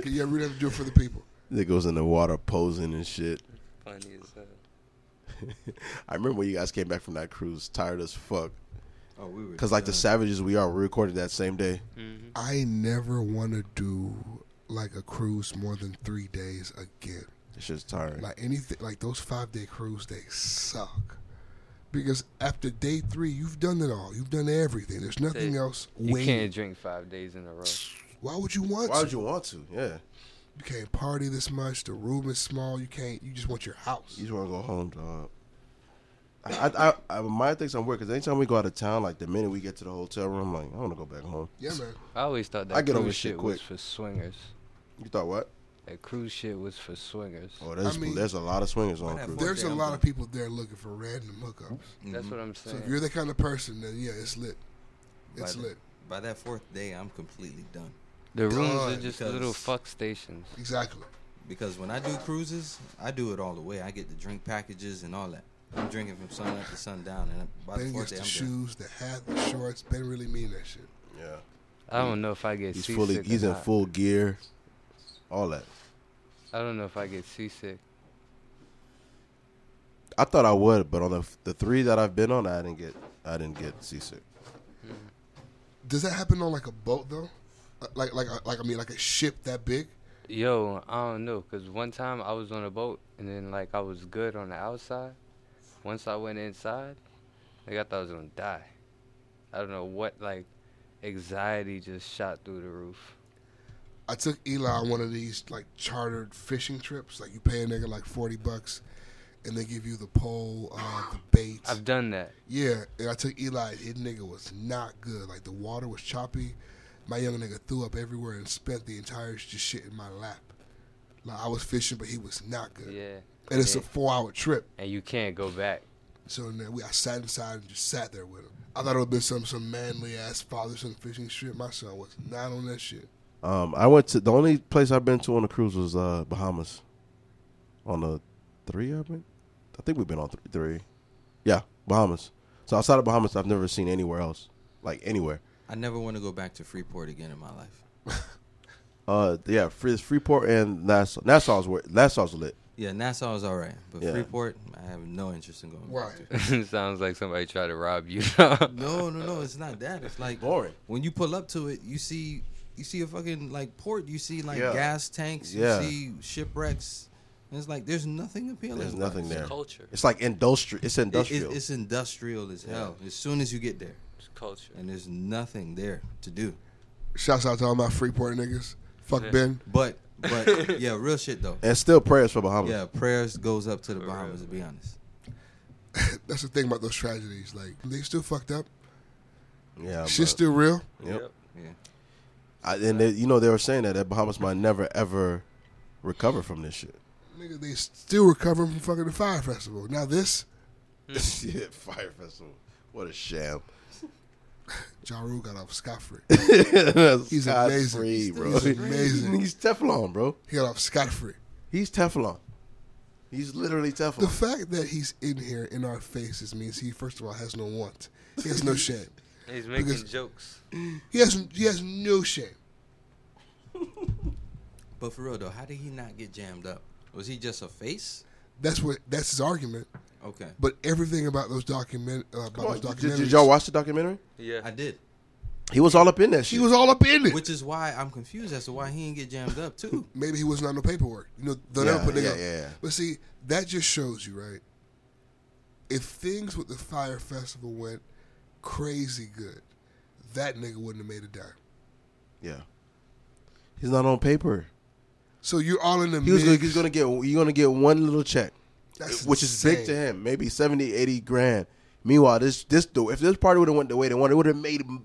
Speaker 4: You really have to do it for the people.
Speaker 7: Nigga was in the water posing and shit.
Speaker 3: Funny as hell.
Speaker 7: I remember when you guys came back from that cruise, tired as fuck.
Speaker 1: Oh, we were
Speaker 7: Cause like the savages we are, we recorded that same day.
Speaker 4: I never want to do like a cruise more than three days again.
Speaker 7: That shit's tiring.
Speaker 4: Like anything, like those five day cruise, they suck. Because after day three, you've done it all. You've done everything. There's nothing
Speaker 3: Say,
Speaker 4: else.
Speaker 3: You
Speaker 4: waiting.
Speaker 3: can't drink five days in a row.
Speaker 4: Why would you want?
Speaker 7: Why
Speaker 4: to?
Speaker 7: would you want to? Yeah,
Speaker 4: You can't party this much. The room is small. You can't. You just want your house.
Speaker 7: you just want to go home, dog. I, I, I, my things on weird because anytime we go out of town, like the minute we get to the hotel room, like I want to go back home.
Speaker 4: Yeah, man.
Speaker 3: I always thought that
Speaker 7: I get
Speaker 3: cruise
Speaker 7: over shit
Speaker 3: shit was
Speaker 7: quick.
Speaker 3: for swingers.
Speaker 7: You thought what?
Speaker 3: That cruise shit was for swingers.
Speaker 7: Oh, there's
Speaker 4: I mean-
Speaker 7: there's a lot of swingers on cruise.
Speaker 4: There's a lot of people there looking for random hookups.
Speaker 1: Mm-hmm.
Speaker 3: That's what I'm
Speaker 4: So
Speaker 3: saying.
Speaker 4: if you're that kind of person, then yeah, it's lit. It's
Speaker 1: by the,
Speaker 4: lit.
Speaker 1: by that fourth day, I'm completely done.
Speaker 3: the rooms
Speaker 4: done,
Speaker 3: are just little
Speaker 1: because-
Speaker 3: fuck stations.
Speaker 4: Exactly.
Speaker 1: Because when I do cruises, I do it all the way. I get the drink packages and all that. I'm drinking from sun up to sundown, and by the
Speaker 4: Ben
Speaker 1: fourth
Speaker 4: gets
Speaker 1: day,
Speaker 4: the
Speaker 1: I'm done.
Speaker 4: shoes, the hat, the shorts. Ben really mean that shit.
Speaker 7: Yeah,
Speaker 3: I don't know if I get
Speaker 7: he's
Speaker 3: seasick.
Speaker 7: fully
Speaker 3: or
Speaker 7: he's in
Speaker 3: not.
Speaker 7: full gear, all that.
Speaker 3: I don't know if I get seasick.
Speaker 7: I thought I would, but on the the three that I've been on, I didn't get I didn't get seasick.
Speaker 1: Mm-hmm.
Speaker 4: Does that happen on like a boat though? Uh, Like like like I mean like a ship that big?
Speaker 3: Yo, I don't know, cause one time I was on a boat and then like I was good on the outside. Once I went inside, like I thought I was gonna die. I don't know what like anxiety just shot through the roof.
Speaker 4: I took Eli on one of these like chartered fishing trips. Like you pay a nigga like forty bucks, and they give you the poll, uh, the bait.
Speaker 11: I've done that.
Speaker 4: Yeah, and I took Eli. His nigga was not good. Like the water was choppy. My young nigga threw up everywhere and spent the entire sh- shit in my lap. Like I was fishing, but he was not good.
Speaker 11: Yeah.
Speaker 4: And it's a
Speaker 11: Yeah.
Speaker 4: four-hour trip.
Speaker 11: And you can't go back.
Speaker 4: So then we, I sat inside and just sat there with him. I thought it would be some some manly ass father son fishing shit. My son was not on that shit.
Speaker 7: Um, I went to the only place I've been to on a cruise was uh, Bahamas. On the three, I think. I think we've been on th- three. Yeah, Bahamas. So outside of Bahamas, I've never seen anywhere else, like anywhere.
Speaker 1: I never want to go back to Freeport again in my life.
Speaker 7: Uh, yeah, Fre- Freeport and Nassau. Nassau's where Nassau's lit.
Speaker 1: Yeah, Nassau is all right, but
Speaker 7: Yeah.
Speaker 1: Freeport, I have no interest in going back to.
Speaker 3: Sounds like somebody tried to rob you.
Speaker 1: No, no, no, it's not that. It's like boring. When you pull up to it, you see you see a fucking like port, you see like
Speaker 7: Yeah.
Speaker 1: gas tanks, you
Speaker 7: Yeah.
Speaker 1: see shipwrecks. And it's like there's nothing appealing.
Speaker 7: There's
Speaker 1: about
Speaker 7: nothing there.
Speaker 1: it.
Speaker 7: It's like industrial. It's
Speaker 1: It- it-
Speaker 7: industrial.
Speaker 1: it's industrial as hell. As soon as you get there,
Speaker 3: it's culture,
Speaker 1: and there's nothing there to do.
Speaker 4: Shouts out to all my Freeport niggas. Fuck Ben.
Speaker 1: But but yeah, real shit though.
Speaker 7: and still prayers for Bahamas.
Speaker 1: Yeah, prayers goes up to the Bahamas. To be honest,
Speaker 4: That's the thing about those tragedies. Like they still fucked up.
Speaker 7: Yeah,
Speaker 4: Shit's
Speaker 7: but-
Speaker 4: still real.
Speaker 7: Yep.
Speaker 1: Yeah.
Speaker 7: I, and they, you know they were saying that that Bahamas might never ever recover from this shit.
Speaker 4: Nigga, they still recovering from fucking the fire festival. Now this,
Speaker 7: yeah, fire festival. What a sham.
Speaker 4: Ja Rule got off scot free.
Speaker 7: He's
Speaker 4: He's amazing.
Speaker 7: Free, bro.
Speaker 4: He's amazing.
Speaker 7: He's Teflon, bro.
Speaker 4: He got off scot free.
Speaker 7: He's Teflon. He's literally Teflon.
Speaker 4: The fact that he's in here in our faces means he first of all has no want. He has no shame.
Speaker 11: He's making
Speaker 4: Because-
Speaker 11: jokes.
Speaker 4: He has he has no shame.
Speaker 1: but for real though, how did he not get jammed up? Was he just a face?
Speaker 4: That's what that's his argument.
Speaker 1: Okay.
Speaker 4: But everything about those document uh, about
Speaker 7: Come on,
Speaker 4: those documentaries.
Speaker 7: did- did, did y'all watch the documentary?
Speaker 11: Yeah,
Speaker 1: I did.
Speaker 7: He was all up in that shit.
Speaker 4: He was all up in it.
Speaker 1: Which is why I'm confused as to why he didn't get jammed up too.
Speaker 4: Maybe he wasn't on no paperwork. You know, they'll
Speaker 7: Yeah,
Speaker 4: never put nigga.
Speaker 7: yeah,
Speaker 4: up.
Speaker 7: yeah, yeah.
Speaker 4: But see, that just shows you, right? If things with the fire festival went crazy good, that nigga wouldn't have made a dime.
Speaker 7: Yeah. He's not on paper.
Speaker 4: So you're all in the
Speaker 7: He was gonna,
Speaker 4: mix.
Speaker 7: he's gonna get you're gonna get one little check, eh,
Speaker 4: That's
Speaker 7: which is big
Speaker 4: insane.
Speaker 7: to him, maybe 70, 80 grand. Meanwhile, this this dude, if this party would have went the way they wanted, it would have made m-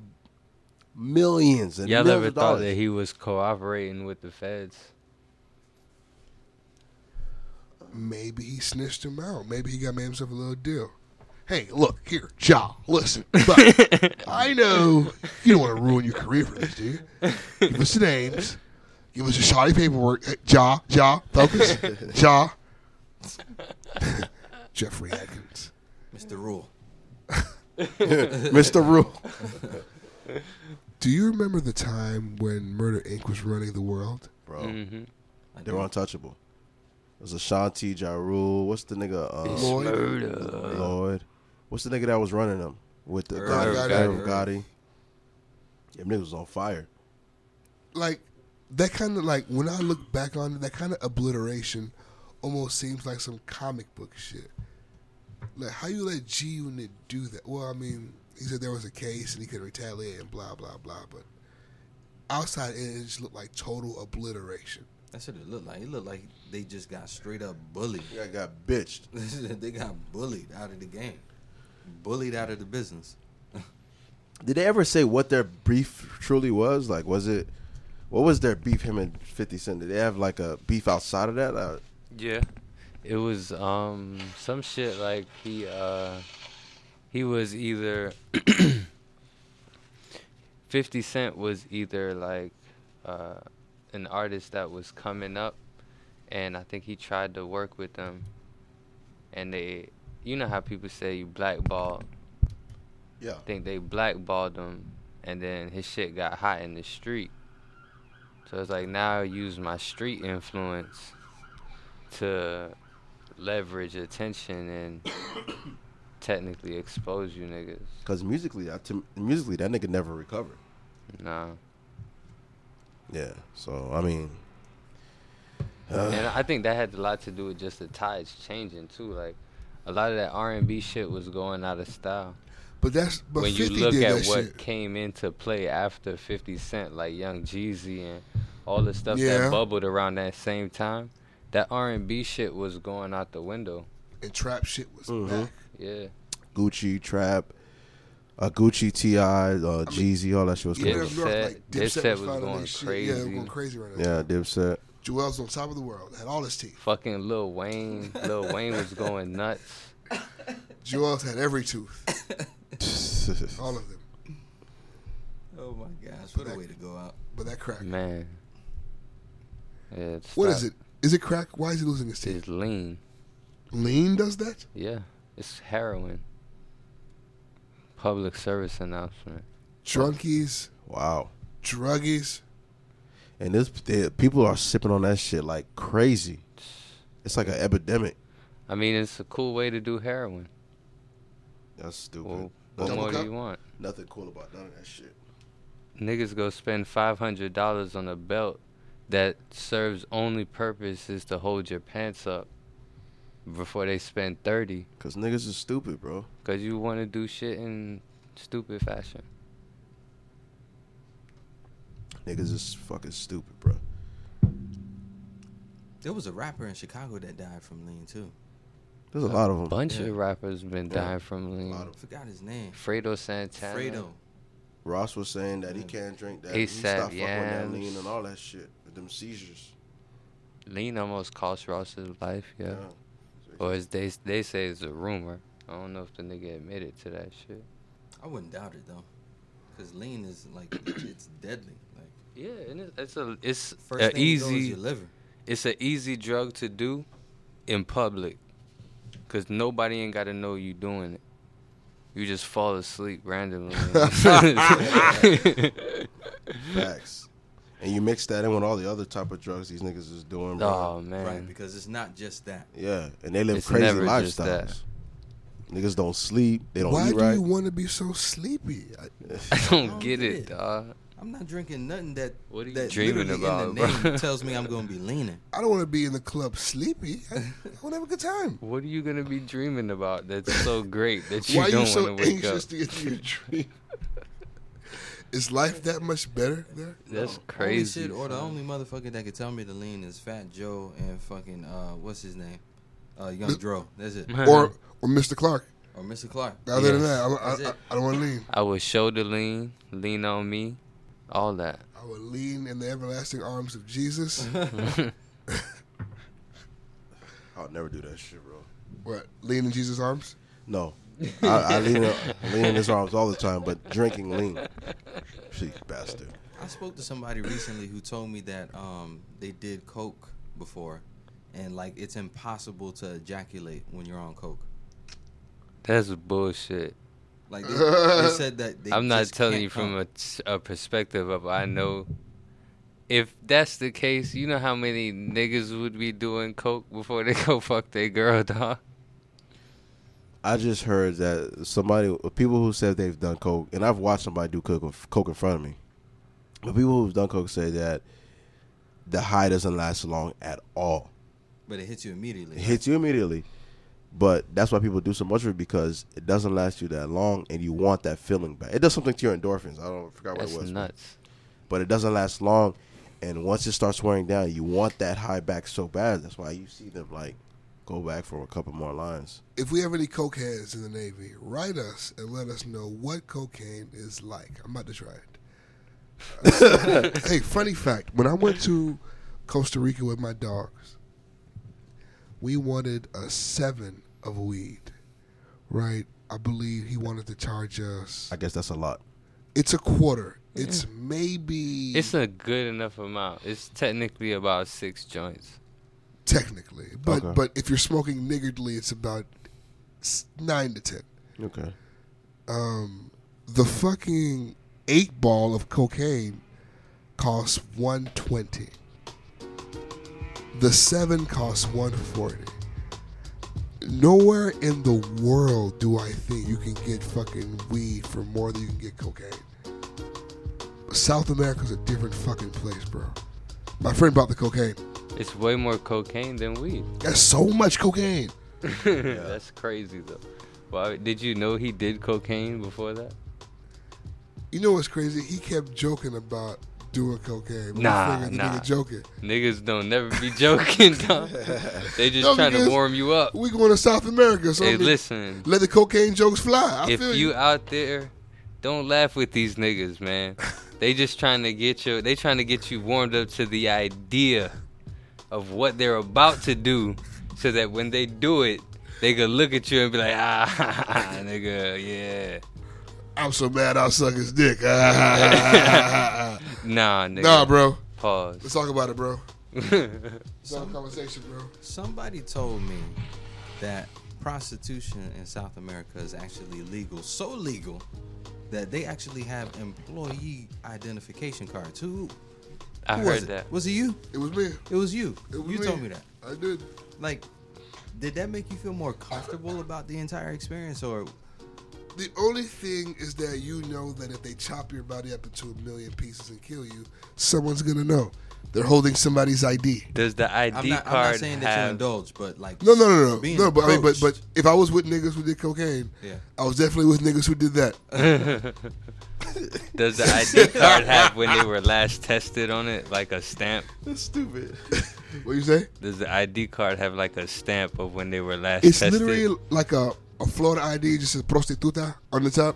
Speaker 7: millions and
Speaker 3: Y'all
Speaker 7: millions
Speaker 3: ever
Speaker 7: of
Speaker 3: thought
Speaker 7: dollars.
Speaker 3: that he was cooperating with the feds?
Speaker 4: Maybe he snitched him out. Maybe he got made himself a little deal. Hey, look here, Ja. Listen, but I know you don't want to ruin your career for this, dude. Give us the names. Give us the shoddy paperwork. Hey, Ja, Ja, focus. Ja. Jeffrey Atkins.
Speaker 1: Mr. Rule.
Speaker 7: Mr. Rule.
Speaker 4: Do you remember the time when Murder Inc. was running the world?
Speaker 7: bro.
Speaker 3: Mm-hmm.
Speaker 1: I
Speaker 7: They were untouchable. It was Ashanti, Ja Rule. What's the nigga? Uh,
Speaker 4: It's Lloyd.
Speaker 11: murder.
Speaker 7: Lloyd. What's the nigga that was running them with the
Speaker 1: Irv
Speaker 7: Gotti?
Speaker 4: Gotti.
Speaker 7: Irv Gotti. Them niggas was on fire.
Speaker 4: Like, that kind of, like, when I look back on it, that kind of obliteration almost seems like some comic book shit. Like, how you let G Unit do that? Well, I mean, he said there was a case and he could retaliate and blah, blah, blah, but outside it, it just looked like total obliteration.
Speaker 1: That's what it looked like. It looked like they just got straight up bullied.
Speaker 7: I got bitched.
Speaker 1: they got bullied out of the game, bullied out of the business.
Speaker 7: Did they ever say what their beef truly was? Like, was it what was their beef? Him and Fifty Cent. Did they have like a beef outside of that? Uh,
Speaker 3: Yeah. It was um some shit like he uh he was either 50 Cent was either like uh an artist that was coming up and I think he tried to work with them and they you know how people say you blackball
Speaker 7: Yeah.
Speaker 3: think they blackballed him and then his shit got hot in the street so it's like now I use my street influence to leverage attention and technically expose you niggas.
Speaker 7: Because musically, I, to, musically that nigga never recovered.
Speaker 3: Nah.
Speaker 7: Yeah. So I mean,
Speaker 3: and I think that had a lot to do with just the tides changing too. Like a lot of that R and B shit was going out of style.
Speaker 4: But that's but
Speaker 3: when you
Speaker 4: 50
Speaker 3: look
Speaker 4: did
Speaker 3: at
Speaker 4: that
Speaker 3: what
Speaker 4: shit.
Speaker 3: came into play after 50 Cent, like Young Jeezy and all the stuff
Speaker 4: Yeah.
Speaker 3: that bubbled around that same time, that R and B shit was going out the window.
Speaker 4: and trap shit was back.
Speaker 3: Yeah.
Speaker 7: Gucci, Trap, uh, Gucci, Ti, uh, Jeezy, all that shit was
Speaker 4: Yeah,
Speaker 7: coming.
Speaker 4: Dipset- like, Dipset Dipset was was
Speaker 3: was
Speaker 4: finding
Speaker 3: going
Speaker 4: that shit.
Speaker 3: crazy.
Speaker 4: Yeah, going crazy right now.
Speaker 7: Yeah, Dipset.
Speaker 4: Joel's on top of the world. Had all his teeth.
Speaker 3: Fucking Lil Wayne. Lil Wayne was going nuts.
Speaker 4: Joel's had every tooth. all of them.
Speaker 1: Oh my gosh, what a way to go out.
Speaker 4: But that crack.
Speaker 3: Man. Yeah, it's
Speaker 4: What
Speaker 3: not-
Speaker 4: is it? Is it crack? Why is he losing his teeth?
Speaker 3: It's lean.
Speaker 4: Lean does that?
Speaker 3: Yeah. It's heroin. Public service announcement.
Speaker 4: Drunkies.
Speaker 7: Wow.
Speaker 4: Druggies.
Speaker 7: And this, they, people are sipping on that shit like crazy. It's like an epidemic.
Speaker 3: I mean, it's a cool way to do heroin.
Speaker 7: That's stupid.
Speaker 3: what
Speaker 7: Double
Speaker 3: more
Speaker 7: cup?
Speaker 3: do you want?
Speaker 7: Nothing cool about none of that shit.
Speaker 3: Niggas go spend five hundred dollars on a belt that serves only purpose is to hold your pants up before they spend thirty.
Speaker 7: Cause niggas is stupid, bro.
Speaker 3: Cause you want to do shit in stupid fashion.
Speaker 7: Niggas is fucking stupid, bro.
Speaker 1: There was a rapper in Chicago that died from lean too.
Speaker 7: There's a lot of them.
Speaker 3: Bunch
Speaker 1: Yeah.
Speaker 3: of rappers been
Speaker 1: Yeah.
Speaker 3: dying from lean.
Speaker 1: I forgot his name.
Speaker 3: Fredo Santana.
Speaker 1: Fredo.
Speaker 7: Ross was saying that he can't drink that.
Speaker 3: A$AP
Speaker 7: he stopped fucking with that
Speaker 3: Yams.
Speaker 7: lean and all that shit. Them seizures.
Speaker 3: Lean almost cost Ross's life, yeah. Or as they they say it's a rumor. I don't know if the nigga admitted to that shit.
Speaker 1: I wouldn't doubt it though, cause lean is like it's deadly. Like
Speaker 3: yeah, and it's, it's a it's
Speaker 1: first
Speaker 3: a
Speaker 1: thing to go is
Speaker 3: easy
Speaker 1: your liver.
Speaker 3: It's an easy drug to do in public, cause nobody ain't gotta know you doing it. You just fall asleep randomly.
Speaker 7: Facts. And you mix that in with all the other type of drugs these niggas is doing, bro.
Speaker 3: oh man,
Speaker 1: Right, because it's not just that.
Speaker 7: Yeah, and they live
Speaker 3: It's
Speaker 7: crazy
Speaker 3: never just that.
Speaker 7: lifestyles. Niggas don't sleep. They don't
Speaker 4: Why
Speaker 7: eat
Speaker 4: do
Speaker 7: right.
Speaker 4: you want to be so sleepy? I-
Speaker 3: I don't, get, it, dog.
Speaker 1: I'm not drinking nothing that
Speaker 3: What are you
Speaker 1: that
Speaker 3: dreaming
Speaker 1: literally
Speaker 3: about,
Speaker 1: in the name
Speaker 3: bro?
Speaker 1: tells me I'm gonna be leaning.
Speaker 4: I don't want to be in the club sleepy. I, I want to have a good time.
Speaker 3: What are you gonna be dreaming about? That's so great that you
Speaker 4: Why are you
Speaker 3: don't
Speaker 4: so
Speaker 3: want to wake
Speaker 4: anxious
Speaker 3: up.
Speaker 4: to get to your dream? Is life that much better there?
Speaker 3: That's
Speaker 1: Only
Speaker 3: crazy.
Speaker 1: shit, or the
Speaker 3: son.
Speaker 1: only motherfucker that could tell me to lean is Fat Joe and fucking uh, what's his name, uh, Young Dro. That's it.
Speaker 4: Or or Mr. Clark.
Speaker 1: or Mr. Clark.
Speaker 4: Other than
Speaker 1: Yes.
Speaker 4: that, I,
Speaker 1: That's
Speaker 4: I, I,
Speaker 1: it.
Speaker 4: I don't want to lean.
Speaker 3: I would shoulder lean, lean on me, all that.
Speaker 4: I would lean in the everlasting arms of Jesus.
Speaker 7: I'll never do that shit, bro.
Speaker 4: what? Lean in Jesus' arms?
Speaker 7: No, I, I lean in, I lean in his arms all the time, but drinking lean. She bastard.
Speaker 1: I spoke to somebody recently who told me that um, they did coke before, and like it's impossible to ejaculate when you're on coke.
Speaker 3: That's bullshit.
Speaker 1: Like they, they said that they
Speaker 3: I'm not
Speaker 1: just
Speaker 3: telling
Speaker 1: can't
Speaker 3: you from
Speaker 1: come.
Speaker 3: a, t- a perspective of I know. If that's the case, you know how many niggas would be doing coke before they go fuck their girl, dog.
Speaker 7: I just heard that somebody, people who said they've done coke, and I've watched somebody do coke, coke in front of me. But people who've done coke say that the high doesn't last long at all.
Speaker 1: but it hits you immediately.
Speaker 7: It hits you immediately. But that's why people do so much of it because it doesn't last you that long, and you want that feeling back. It does something to your endorphins. I don't I forgot what
Speaker 3: That's
Speaker 7: it was,
Speaker 3: nuts.
Speaker 7: but it doesn't last long. And once it starts wearing down, you want that high back so bad. That's why you see them like go back for a couple more lines.
Speaker 4: If we have any coke heads in the Navy, write us and let us know what cocaine is like. I'm about to try it. Uh, hey, funny fact: when I went to Costa Rica with my dogs, we wanted a seven of weed. Right? I believe he wanted to charge us.
Speaker 7: I guess that's a lot.
Speaker 4: It's a quarter. It's maybe
Speaker 3: It's a good enough amount. It's technically about six joints.
Speaker 4: technically, but
Speaker 7: Okay.
Speaker 4: but if you're smoking niggardly, it's about s- nine to ten.
Speaker 7: Okay.
Speaker 4: um, the fucking eight ball of cocaine costs 120 the seven costs 140 nowhere in the world do i think you can get fucking weed for more than you can get cocaine south america's a different fucking place bro my friend bought the cocaine
Speaker 3: It's way more cocaine than weed.
Speaker 4: that's so much cocaine
Speaker 3: That's crazy though. Why did you know he did cocaine before that?
Speaker 4: You know what's crazy? He kept joking about doing cocaine. But
Speaker 3: Nah,
Speaker 4: we figured the
Speaker 3: nah.
Speaker 4: nigga joking.
Speaker 3: Niggas don't never be joking. dog. they just
Speaker 4: No,
Speaker 3: trying to
Speaker 4: because
Speaker 3: warm you up.
Speaker 4: We going to South America, so I
Speaker 3: Hey,
Speaker 4: mean,
Speaker 3: listen.
Speaker 4: Let the cocaine jokes fly. I
Speaker 3: if
Speaker 4: feel
Speaker 3: you
Speaker 4: you.
Speaker 3: out there, don't laugh with these niggas, man. They just trying to get your they trying to get you warmed up to the idea of what they're about to do so that when they do it, they could look at you and be like, ah nigga, yeah.
Speaker 4: I'm so mad I suck his dick.
Speaker 3: Nah, nigga.
Speaker 4: Nah, bro.
Speaker 3: Pause.
Speaker 4: Let's talk about it, bro. Let's have a
Speaker 1: Some-
Speaker 4: conversation, bro.
Speaker 1: Somebody told me that prostitution in South America is actually legal, so legal that they actually have employee identification cards. Who?
Speaker 3: I
Speaker 1: who was
Speaker 3: heard
Speaker 1: it?
Speaker 3: that.
Speaker 1: Was it you?
Speaker 4: It was me.
Speaker 1: It was you.
Speaker 4: It was
Speaker 1: you
Speaker 4: me.
Speaker 1: told me that.
Speaker 4: I did.
Speaker 1: Like, did that make you feel more comfortable about the entire experience, or
Speaker 4: The only thing is that you know that if they chop your body up into a million pieces and kill you, someone's gonna know. They're holding somebody's ID.
Speaker 3: Does the ID
Speaker 1: I'm not, I'm
Speaker 3: card
Speaker 1: not saying that
Speaker 3: have-
Speaker 1: you indulge, but like
Speaker 4: No, no, no, no,
Speaker 1: being
Speaker 4: no. But I mean, but
Speaker 1: approached-
Speaker 4: but if I was with niggas who did cocaine,
Speaker 1: Yeah.
Speaker 4: I was definitely with niggas who did that.
Speaker 3: Does the ID card have when they were last tested on it, like a stamp?
Speaker 7: That's stupid.
Speaker 4: What you say?
Speaker 3: Does the ID card have like a stamp of when they were last
Speaker 4: It's
Speaker 3: tested?
Speaker 4: literally like a, a Florida ID just says prostituta on the top.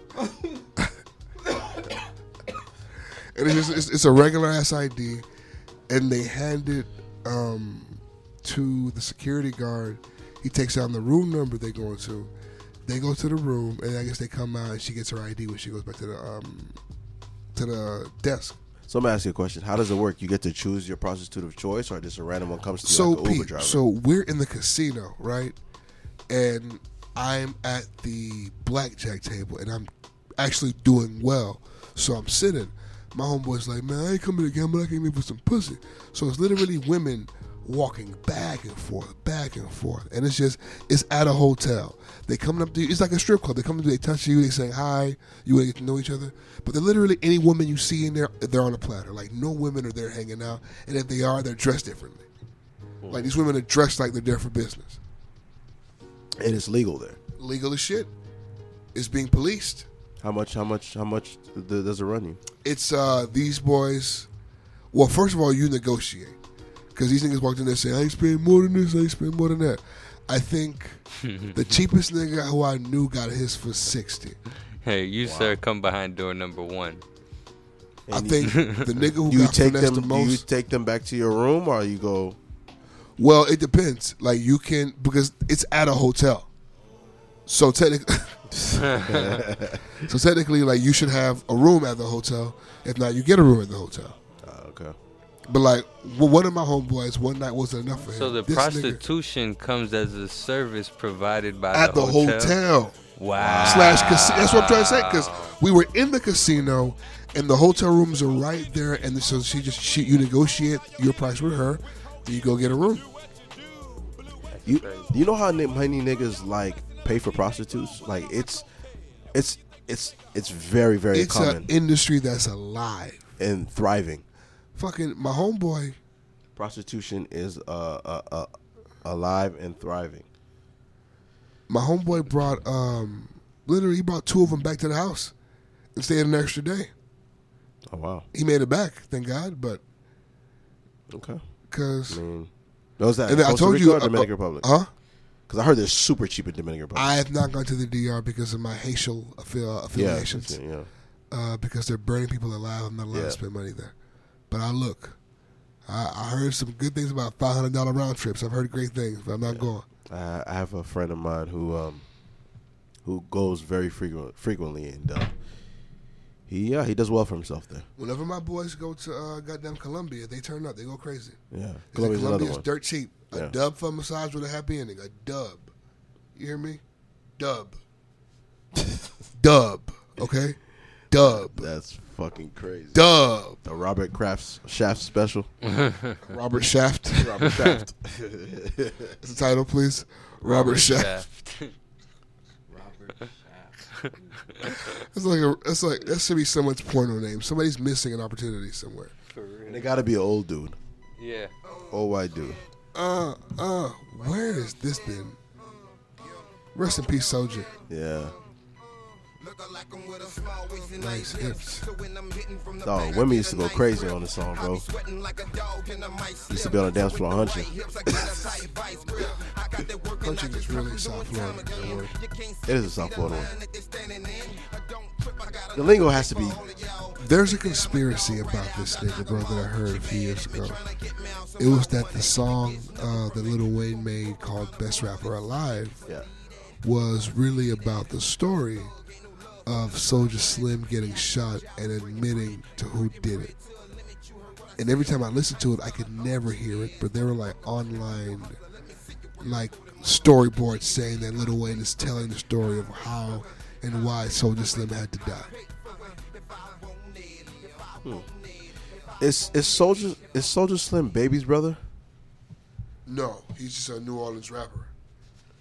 Speaker 4: and it's, just, it's, it's a regular ass ID. And they hand it um, to the security guard. He takes down the room number they go into. They go to the room, and I guess they come out, and she gets her ID when she goes back to the um, to the desk.
Speaker 7: So I'm gonna ask you a question. How does it work? You get to choose your prostitute of choice, or just a random one comes to you
Speaker 4: so
Speaker 7: like an Uber
Speaker 4: Pete,
Speaker 7: driver?
Speaker 4: so we're in the casino, right? And I'm at the blackjack table, and I'm actually doing well. So I'm sitting. My homeboy's like, "Man, I ain't coming to gamble. I came here for some pussy." So it's literally women walking back and forth, back and forth, and it's just it's at a hotel. They coming up to you. It's like a strip club. They come up to you, they touch you, they say hi. You want to get to know each other, but they're literally any woman you see in there, they're on a platter. Like no women are there hanging out, and if they are, they're dressed differently. Like these women are dressed like they're there for business.
Speaker 7: and it's legal there.
Speaker 4: Legal as shit. It's being policed.
Speaker 7: How much? How much? How much th- does it run you?
Speaker 4: It's uh these boys. Well, first of all, you negotiate because these niggas walked in there saying, "I ain't spending more than this. I ain't spending more than that." I think the cheapest nigga who I knew got his for sixty.
Speaker 3: Hey, you sir, come behind door number one.
Speaker 4: I think the nigga who
Speaker 7: you
Speaker 4: got
Speaker 7: take
Speaker 4: finessed
Speaker 7: them.
Speaker 4: the most.
Speaker 7: You take them back to your room, or you go.
Speaker 4: Well, it depends. Like you can because it's at a hotel, so technically, so technically, like you should have a room at the hotel. If not, you get a room at the hotel.
Speaker 7: Ah, okay.
Speaker 4: But like well, one of my homeboys, one night wasn't enough for him.
Speaker 3: So the
Speaker 4: This nigga-
Speaker 3: prostitution comes as a service provided by
Speaker 4: at the hotel,
Speaker 3: Wow.
Speaker 4: slash casino. That's what I'm trying to say because we were in the casino and the hotel rooms are right there, and so she just she, you negotiate your price with her, then you go get a room.
Speaker 7: You you know how ni- many niggas like pay for prostitutes? Like it's it's it's it's very very
Speaker 4: it's
Speaker 7: common
Speaker 4: an industry that's alive.
Speaker 7: and thriving.
Speaker 4: Fucking my homeboy.
Speaker 7: Prostitution is uh, uh, uh alive and thriving.
Speaker 4: my homeboy brought um literally he brought two of them back to the house and stayed an extra day.
Speaker 7: Oh wow.
Speaker 4: He made it back, thank God, but
Speaker 7: Okay.
Speaker 4: cause
Speaker 7: I mean, those that
Speaker 4: And
Speaker 7: in
Speaker 4: I
Speaker 7: Costa
Speaker 4: told
Speaker 7: Rica
Speaker 4: you,
Speaker 7: or
Speaker 4: uh,
Speaker 7: Dominican
Speaker 4: uh,
Speaker 7: Republic,
Speaker 4: huh?
Speaker 7: Because I heard they're super cheap in Dominican Republic.
Speaker 4: I have not gone to the DR because of my Haitian affi- affiliations.
Speaker 7: yeah, yeah.
Speaker 4: Uh, because they're burning people alive. I'm not allowed
Speaker 7: Yeah.
Speaker 4: to spend money there. But I look. I, I heard some good things about five hundred dollar round trips. I've heard great things, but I'm not going.
Speaker 7: I, I have a friend of mine who um who goes very frequent frequently and uh, he yeah he does well for himself there.
Speaker 4: Whenever my boys go to uh, goddamn Colombia, they turn up. They go crazy.
Speaker 7: Yeah,
Speaker 4: Colombia's,
Speaker 7: Colombia's another
Speaker 4: Colombia's
Speaker 7: one.
Speaker 4: dirt cheap.
Speaker 7: Yeah.
Speaker 4: A dub for a massage with a happy ending. A dub. You hear me? Dub. Dub. Okay. Dub.
Speaker 7: That's fucking crazy.
Speaker 4: Dub.
Speaker 7: The Robert Kraft's Shaft special.
Speaker 4: Robert Shaft.
Speaker 7: Robert Shaft.
Speaker 4: Is the title, please. Robert, Shaft. It's like a, it's like that should be someone's porno name. Somebody's missing an opportunity somewhere.
Speaker 7: And it got to be an old dude, Oh,
Speaker 3: Yeah.
Speaker 7: old white dude.
Speaker 4: Uh, uh, where has this been? Rest in peace, soldier.
Speaker 7: Yeah.
Speaker 14: Looking like I'm with a small waist and nice hips. So when I'm hitting from the
Speaker 7: Dog, women used to go crazy on this song, bro. Used to be on the dance floor hunching.
Speaker 4: Punching is really South Florida. Don't worry.
Speaker 7: It is a South Florida one. The lingo has to be.
Speaker 4: There's a conspiracy about this nigga, bro, that I heard a few years ago. It was that the song uh, that Lil Wayne made called Best Rapper Alive was really about the story of Soldier Slim getting shot and admitting to who did it. And every time I listened to it, I could never hear it, but they were like online, like storyboards saying that Lil Wayne is telling the story of how and why Soldier Slim had to die.
Speaker 7: Hmm. Is is Soldier is Soldier Slim Baby's brother?
Speaker 4: No, he's just a New Orleans rapper.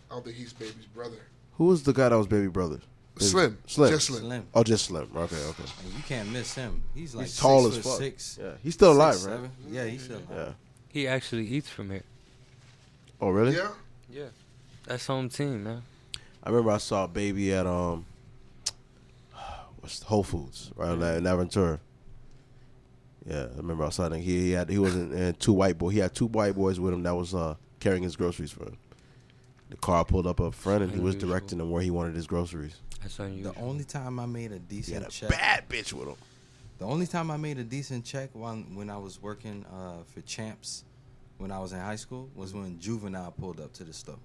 Speaker 4: I don't think he's Baby's brother.
Speaker 7: Who was the guy that was Baby brother? Is-
Speaker 4: Slim.
Speaker 7: Slim.
Speaker 4: Just Slim. Slim.
Speaker 7: Oh, just Slim. Okay, okay.
Speaker 1: You can't miss him. He's like six
Speaker 7: tall
Speaker 1: foot
Speaker 7: as fuck.
Speaker 1: Six.
Speaker 7: Yeah, he's still alive,
Speaker 1: six,
Speaker 7: right?
Speaker 1: seven. Yeah, he's still alive.
Speaker 7: Yeah.
Speaker 3: He actually eats from here.
Speaker 7: Oh, really?
Speaker 3: Yeah. That's home team, man.
Speaker 7: I remember I saw Baby at um, what's Whole Foods right in in Aventura. Yeah, I remember I saw that he he had he was in, in two white boy. He had two white boys with him that was uh carrying his groceries for him. The car pulled up up front and he was directing him where he wanted his groceries.
Speaker 3: That's unusual.
Speaker 1: The only time I made a decent
Speaker 7: a
Speaker 1: check,
Speaker 7: bad bitch with him.
Speaker 1: The only time I made a decent check when when I was working uh, for Champs, when I was in high school, was when Juvenile pulled up to the store.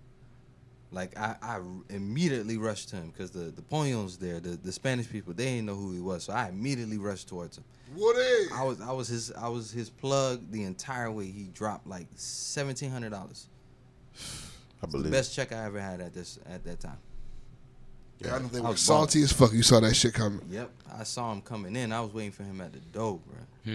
Speaker 1: Like I, I immediately rushed to him because the the Poños there, the, the Spanish people, they didn't know who he was, so I immediately rushed towards him.
Speaker 4: What is?
Speaker 1: I was I was his I was his plug the entire way. He dropped like seventeen hundred dollars.
Speaker 7: I
Speaker 1: The
Speaker 7: believe.
Speaker 1: best check I ever had at this at that time.
Speaker 4: Yeah, I know they
Speaker 1: I
Speaker 4: were
Speaker 1: was
Speaker 4: salty as fuck. You saw that shit coming.
Speaker 1: Yep, I saw him coming in. I was waiting for him at the door, bro.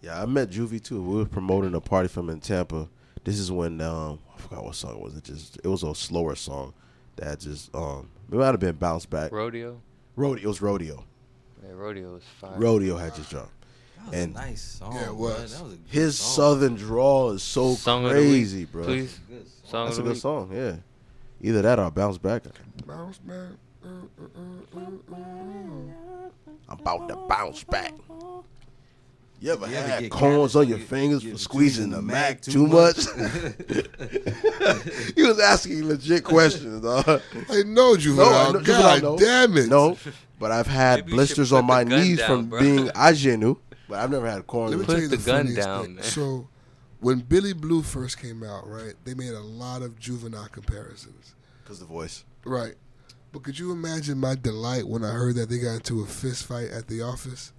Speaker 7: Yeah, I met Juvie too. We were promoting a party from in Tampa. This is when um I forgot what song it was. It just it was a slower song that just um it might have been bounce back.
Speaker 3: Rodeo.
Speaker 7: Rodeo it was rodeo.
Speaker 3: Yeah, rodeo is fire.
Speaker 7: Rodeo had just dropped.
Speaker 1: That was a nice song.
Speaker 3: Yeah, it
Speaker 1: bro.
Speaker 3: was.
Speaker 1: That was a
Speaker 7: His southern drawl is so
Speaker 3: Song of the week,
Speaker 7: crazy, bro.
Speaker 3: please. Good
Speaker 7: That's
Speaker 3: song. Song of
Speaker 7: a
Speaker 3: the
Speaker 7: good
Speaker 3: week.
Speaker 7: song, yeah. Either that or bounce back.
Speaker 4: Bounce back. Uh, uh, uh, uh, uh.
Speaker 7: I'm about to bounce back. You ever
Speaker 4: You ever
Speaker 7: had
Speaker 4: get
Speaker 7: corns
Speaker 4: callous
Speaker 7: on
Speaker 4: when
Speaker 7: your
Speaker 4: you-
Speaker 7: fingers
Speaker 4: you're
Speaker 7: for squeezing the Mac too much?
Speaker 4: much?
Speaker 7: he was asking legit questions, dog.
Speaker 4: I know, Juvenile. God damn it.
Speaker 7: No, but I've had
Speaker 4: Maybe you should
Speaker 7: blisters
Speaker 4: put
Speaker 7: on my
Speaker 4: the gun
Speaker 7: knees
Speaker 4: down,
Speaker 7: from
Speaker 4: bro.
Speaker 7: being ingenue, but I've never had corns.
Speaker 4: Let me tell you the, funniest thing. So, when Billy Blue first came out, right, they made a lot of juvenile comparisons.
Speaker 7: Because the voice.
Speaker 4: Right. But could you imagine my delight when I heard that they got into a fist fight at the office?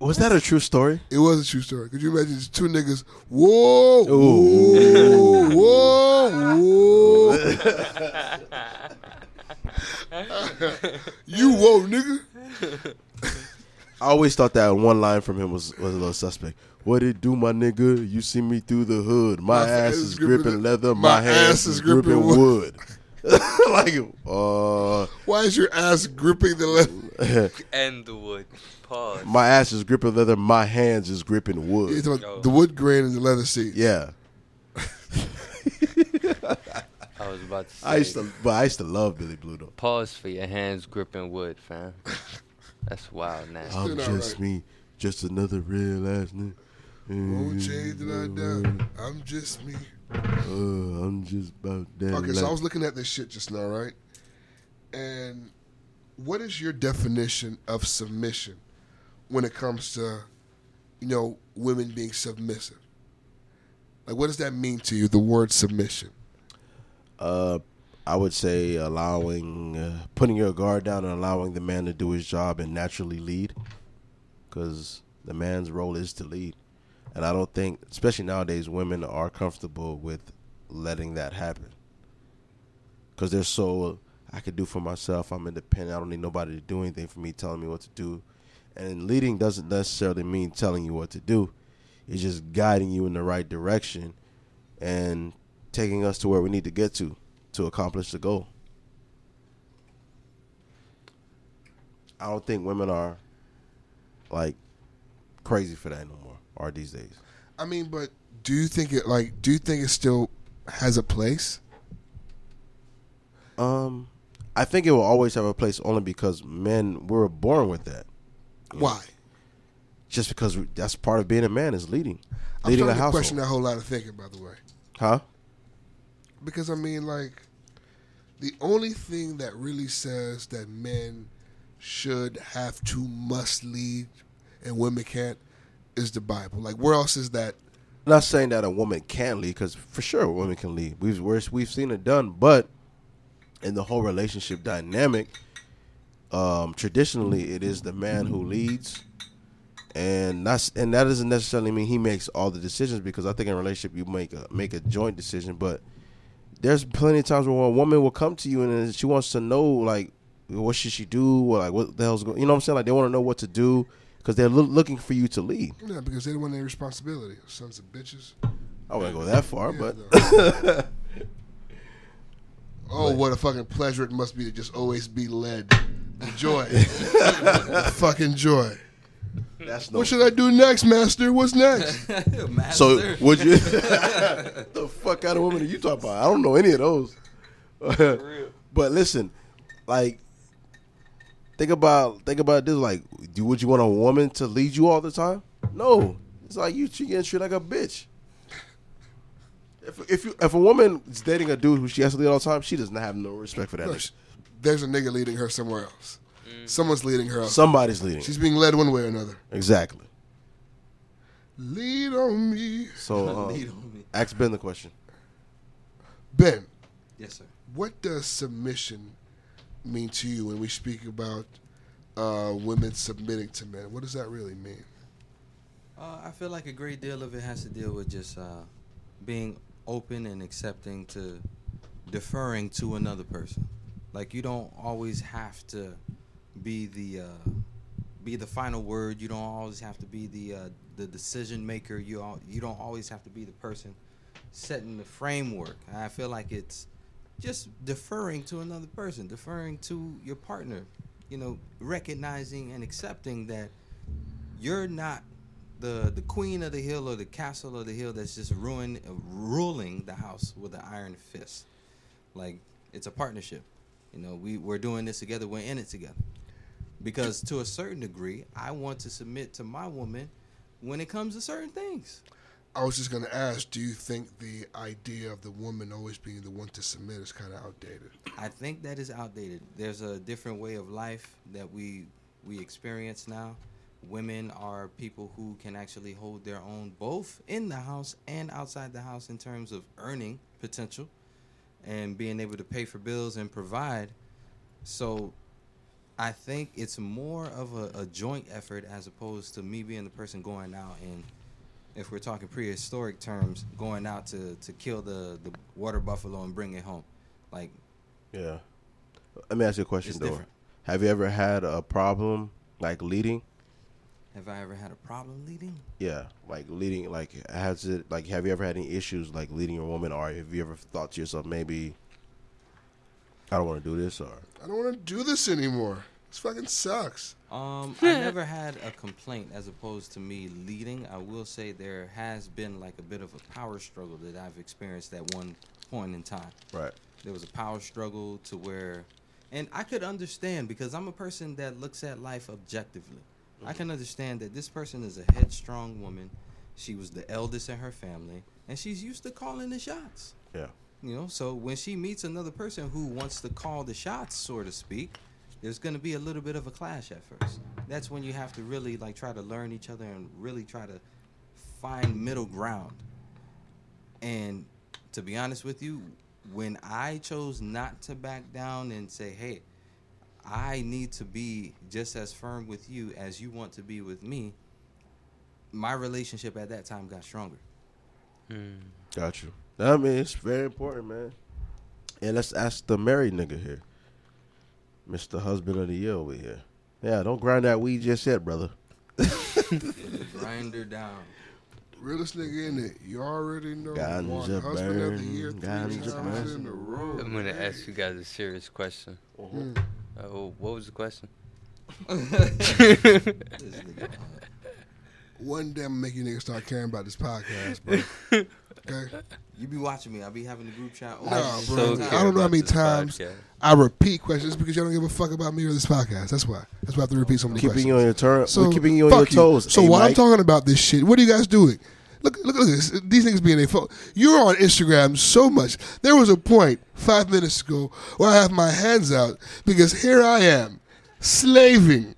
Speaker 7: Was that a true story?
Speaker 4: It was a true story. Could you imagine just two niggas? Whoa, whoa, whoa, whoa. you whoa, nigga.
Speaker 7: I always thought that one line from him was, was a little suspect. What it do, my nigga? You see me through the hood. My, ass is gripping, leather. My, ass is gripping wood. like, uh,
Speaker 4: Why is your ass gripping the leather?
Speaker 3: And the wood. Pause.
Speaker 7: my ass is gripping leather. My hands is gripping
Speaker 4: You're
Speaker 7: wood.
Speaker 4: talking about the wood grain and the leather seat.
Speaker 7: Yeah,
Speaker 3: I was about to say.
Speaker 7: I used to, but I used to love Billy Blue though.
Speaker 3: Pause for your hands gripping wood, fam. That's wild, now.
Speaker 7: I'm just me, just another real ass nigga.
Speaker 4: Won't change till I die. I'm just me.
Speaker 7: Uh, I'm just about that.
Speaker 4: Okay, so I
Speaker 7: life.
Speaker 4: was looking at this shit just now, right? And what is your definition of submission when it comes to, you know, women being submissive? Like, what does that mean to you? The word submission.
Speaker 7: Uh, I would say allowing, uh, putting your guard down and allowing the man to do his job and naturally lead, because the man's role is to lead, and I don't think, especially nowadays, women are comfortable with letting that happen, because they're so I could do for myself. I'm independent. I don't need nobody to do anything for me, telling me what to do, and leading doesn't necessarily mean telling you what to do. It's just guiding you in the right direction and taking us to where we need to get to to accomplish the goal. I don't think women are like crazy for that no more, or these days.
Speaker 4: I mean, but do you think it like? Do you think it still has a place?
Speaker 7: Um, I think it will always have a place only because men were born with that.
Speaker 4: Why?
Speaker 7: Just because we, that's part of being a man is leading,
Speaker 4: I'm
Speaker 7: leading
Speaker 4: starting
Speaker 7: a
Speaker 4: to
Speaker 7: household.
Speaker 4: question that whole lot of thinking, by the way.
Speaker 7: Huh?
Speaker 4: Because I mean, like, the only thing that really says that men should have to must lead and women can't is the Bible. Like, where else is that?
Speaker 7: Not saying that a woman can't lead, because for sure women can lead. We've we're, we've seen it done, but in the whole relationship dynamic, um, traditionally it is the man who leads, and that's and that doesn't necessarily mean he makes all the decisions. Because I think in a relationship you make a make a joint decision, but there's plenty of times where a woman will come to you and she wants to know like what should she do, or like what the hell's going. You know what I'm saying? Like they want to know what to do because they're loo- looking for you to lead.
Speaker 4: Yeah, because they don't want their responsibility. Sons of bitches.
Speaker 7: I wouldn't go that far,
Speaker 4: Yeah,
Speaker 7: but
Speaker 4: though. oh, what a fucking pleasure it must be to just always be led. The joy, The fucking joy.
Speaker 7: That's
Speaker 4: What should I do next, Master? What's next?
Speaker 7: So would you? the fuck kind of woman are you talking about? I don't know any of those. but listen, like, think about think about this. Like, do would you want a woman to lead you all the time? No, it's like you she getting treated like a bitch. If if you if a woman is dating a dude who she has to lead all the time, she does not have no respect for that.
Speaker 4: Look,
Speaker 7: nigga.
Speaker 4: There's a nigga leading her somewhere else. Someone's leading her. Else.
Speaker 7: Somebody's leading
Speaker 4: She's being led one way or another.
Speaker 7: Exactly.
Speaker 4: Lead on me.
Speaker 7: So uh,
Speaker 4: Lead on me.
Speaker 7: ask Ben the question.
Speaker 4: Ben,
Speaker 1: Yes, sir.
Speaker 4: what does submission mean to you when we speak about uh, women submitting to men? What does that really mean?
Speaker 1: Uh, I feel like a great deal of it has to deal with just uh, being open and accepting to deferring to another person. Like you don't always have to be the uh, be the final word. You don't always have to be the uh, the decision maker. You all, you don't always have to be the person setting the framework. I feel like it's just deferring to another person, deferring to your partner. You know, recognizing and accepting that you're not the the queen of the hill or the castle of the hill that's just ruin ruling the house with an iron fist. Like it's a partnership. You know, we we're doing this together. We're in it together. Because to a certain degree, I want to submit to my woman when it comes to certain things.
Speaker 4: I was just going to ask, do you think the idea of the woman always being the one to submit is kind of outdated?
Speaker 1: I think that is outdated. There's a different way of life that we we experience now. Women are people who can actually hold their own both in the house and outside the house in terms of earning potential and being able to pay for bills and provide. So I think it's more of a, a joint effort as opposed to me being the person going out and if we're talking prehistoric terms, going out to, to kill the, the water buffalo and bring it home. Like
Speaker 7: Yeah. Let me ask you a question
Speaker 1: It's
Speaker 7: though.
Speaker 1: different.
Speaker 7: Have you ever had a problem like leading?
Speaker 1: Have I ever had a problem leading?
Speaker 7: Yeah, like leading. Like has it? Like have you ever had any issues like leading a woman, or have you ever thought to yourself maybe I don't want to do this, or
Speaker 4: I don't want to do this anymore. This fucking sucks.
Speaker 1: Um, I never had a complaint as opposed to me leading. I will say there has been like a bit of a power struggle that I've experienced at one point in time.
Speaker 7: Right.
Speaker 1: There was a power struggle to where, and I could understand because I'm a person that looks at life objectively. I can understand that this person is a headstrong woman. She was the eldest in her family, and she's used to calling the shots.
Speaker 7: yeah.
Speaker 1: You know, so when she meets another person who wants to call the shots, so to speak, there's going to be a little bit of a clash at first. That's when you have to really like try to learn each other and really try to find middle ground. And to be honest with you, when I chose not to back down and say, "Hey, I need to be just as firm with you as you want to be with me," my relationship at that time got stronger. Hmm.
Speaker 7: Got you. I mean, it's very important, man. And let's ask the married nigga here, Mister Husband of the Year over here. Yeah, don't grind that weed just yet, brother.
Speaker 1: Grinder down.
Speaker 4: Realest nigga in it. You already know.
Speaker 7: Ganja
Speaker 4: One husband of the
Speaker 7: burn,
Speaker 4: year, three
Speaker 7: ganja
Speaker 4: times
Speaker 7: burn.
Speaker 4: in a row.
Speaker 11: I'm gonna ask you guys a serious question.
Speaker 1: Uh-huh.
Speaker 4: Mhm.
Speaker 11: Uh, wh- what was the question?
Speaker 4: uh, One day I'm gonna make you niggas start caring about this podcast, bro. okay.
Speaker 1: You be watching me. I be having the group chat. all
Speaker 4: Nah,
Speaker 1: the
Speaker 4: bro.
Speaker 1: time.
Speaker 4: I don't know how many times I repeat questions because y'all don't give a fuck about me or this podcast. That's why. That's why I have to repeat so many
Speaker 7: Keeping
Speaker 4: questions.
Speaker 7: you on your turn- we're keeping you on
Speaker 4: fuck
Speaker 7: your toes,
Speaker 4: So
Speaker 7: eh,
Speaker 4: while I'm
Speaker 7: Mike?
Speaker 4: talking about this shit, what are you guys doing? Look, look, look at this. These niggas being a phone. You're on Instagram so much. There was a point five minutes ago where I have my hands out because here I am, slaving,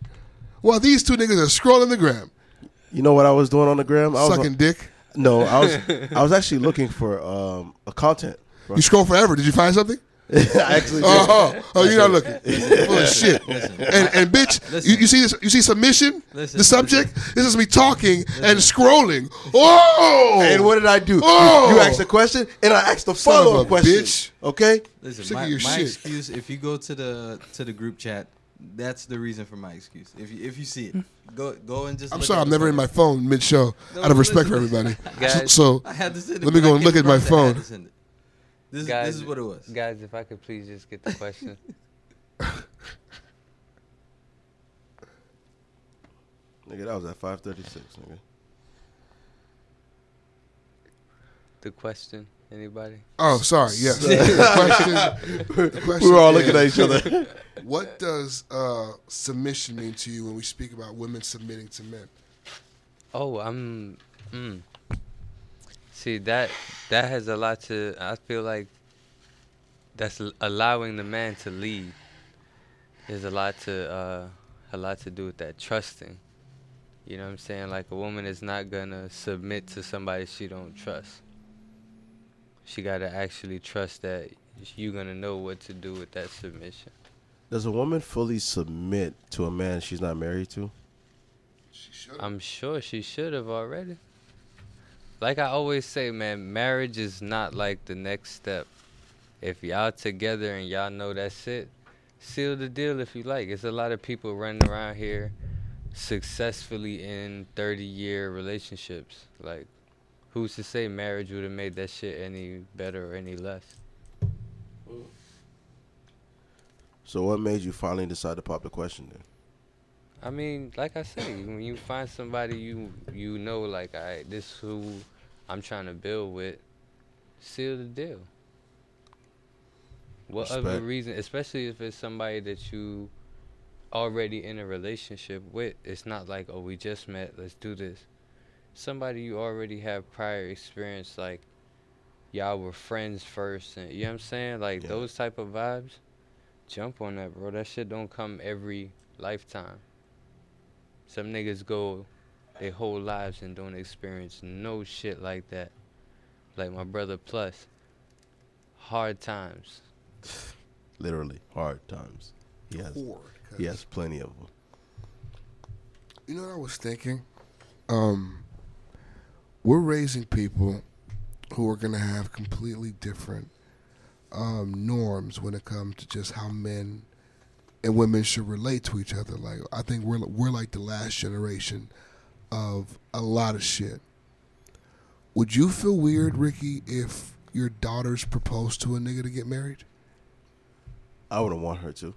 Speaker 4: while these two niggas are scrolling the gram.
Speaker 7: You know what I was doing on the gram? I was
Speaker 4: Sucking dick?
Speaker 7: No, I was I was actually looking for um, a content.
Speaker 4: You scroll forever. Did you find something?
Speaker 7: I actually did.
Speaker 4: Oh, oh, oh, you're not looking.
Speaker 7: Listen.
Speaker 4: Oh shit.
Speaker 7: Listen.
Speaker 4: And and bitch, you, you see this? You see submission?
Speaker 7: Listen.
Speaker 4: the subject. This is me talking and scrolling. Oh.
Speaker 7: And what did I do? You-
Speaker 4: Oh.
Speaker 7: You, asked a question, and I asked
Speaker 4: Son
Speaker 7: a
Speaker 4: of
Speaker 7: follow
Speaker 4: a
Speaker 7: up question.
Speaker 4: bitch.
Speaker 7: Okay.
Speaker 1: Listen, my, my excuse. If you go to the to the group chat, that's the reason for my excuse. If you if you see it, go go and just.
Speaker 4: I'm
Speaker 1: look
Speaker 4: sorry,
Speaker 1: at
Speaker 4: I'm
Speaker 1: it.
Speaker 4: never in my phone mid show
Speaker 1: No,
Speaker 4: out of respect for
Speaker 1: listen.
Speaker 4: everybody.
Speaker 1: Guys,
Speaker 4: so so
Speaker 1: I had to send it
Speaker 4: let me
Speaker 1: when
Speaker 4: go
Speaker 1: I
Speaker 4: and
Speaker 1: came
Speaker 4: look at my
Speaker 1: across it, I had
Speaker 4: phone.
Speaker 1: to send it. This is
Speaker 3: Guys,
Speaker 1: this is what it was.
Speaker 3: Guys, if I could please just get the question.
Speaker 7: Nigga, that was at 5:36. Nigga.
Speaker 3: the question. Anybody?
Speaker 4: Oh, sorry. Yes. The question- the question is, What does uh, submission mean to you when we speak about women submitting to men?
Speaker 3: Oh, I'm. Mm. See that that has a lot to. I feel like that's l- allowing the man to lead. There's a lot to uh, a lot to do with that trusting. You know what I'm saying? Like a woman is not gonna submit to somebody she don't trust. She gotta actually trust that you gonna know what to do with that submission.
Speaker 7: Does a woman fully submit to a man she's not married to?
Speaker 3: I'm sure she should have already. Like I always say, man, marriage is not like the next step. If y'all together and y'all know that's it, seal the deal if you like. It's a lot of people running around here successfully in 30 year relationships. Like, who's to say marriage would have made that shit any better or any less?
Speaker 7: So what made you finally decide to pop the question then?
Speaker 3: I mean, like I say, when you find somebody you you know, like I this who I'm trying to build with, seal the deal. What other
Speaker 1: Respect.
Speaker 3: reason, especially if it's somebody that you already in a relationship with, it's not like oh we just met, let's do this. Somebody you already have prior experience, like y'all were friends first, and you know what I'm saying, like those type of vibes. Jump on that, bro. That shit don't come every lifetime. Some niggas go their whole lives and don't experience no shit like that. Like my brother Plus, hard times.
Speaker 7: Literally hard times. He has.
Speaker 4: Poor,
Speaker 7: He has plenty of them.
Speaker 4: You know what I was thinking? Um, we're raising people who are going to have completely different um, norms when it comes to just how men and women should relate to each other. Like I think we're we're like the last generation of a lot of shit. Would you feel weird, Ricky, if your daughters proposed to a nigga to get married?
Speaker 7: I wouldn't want her to.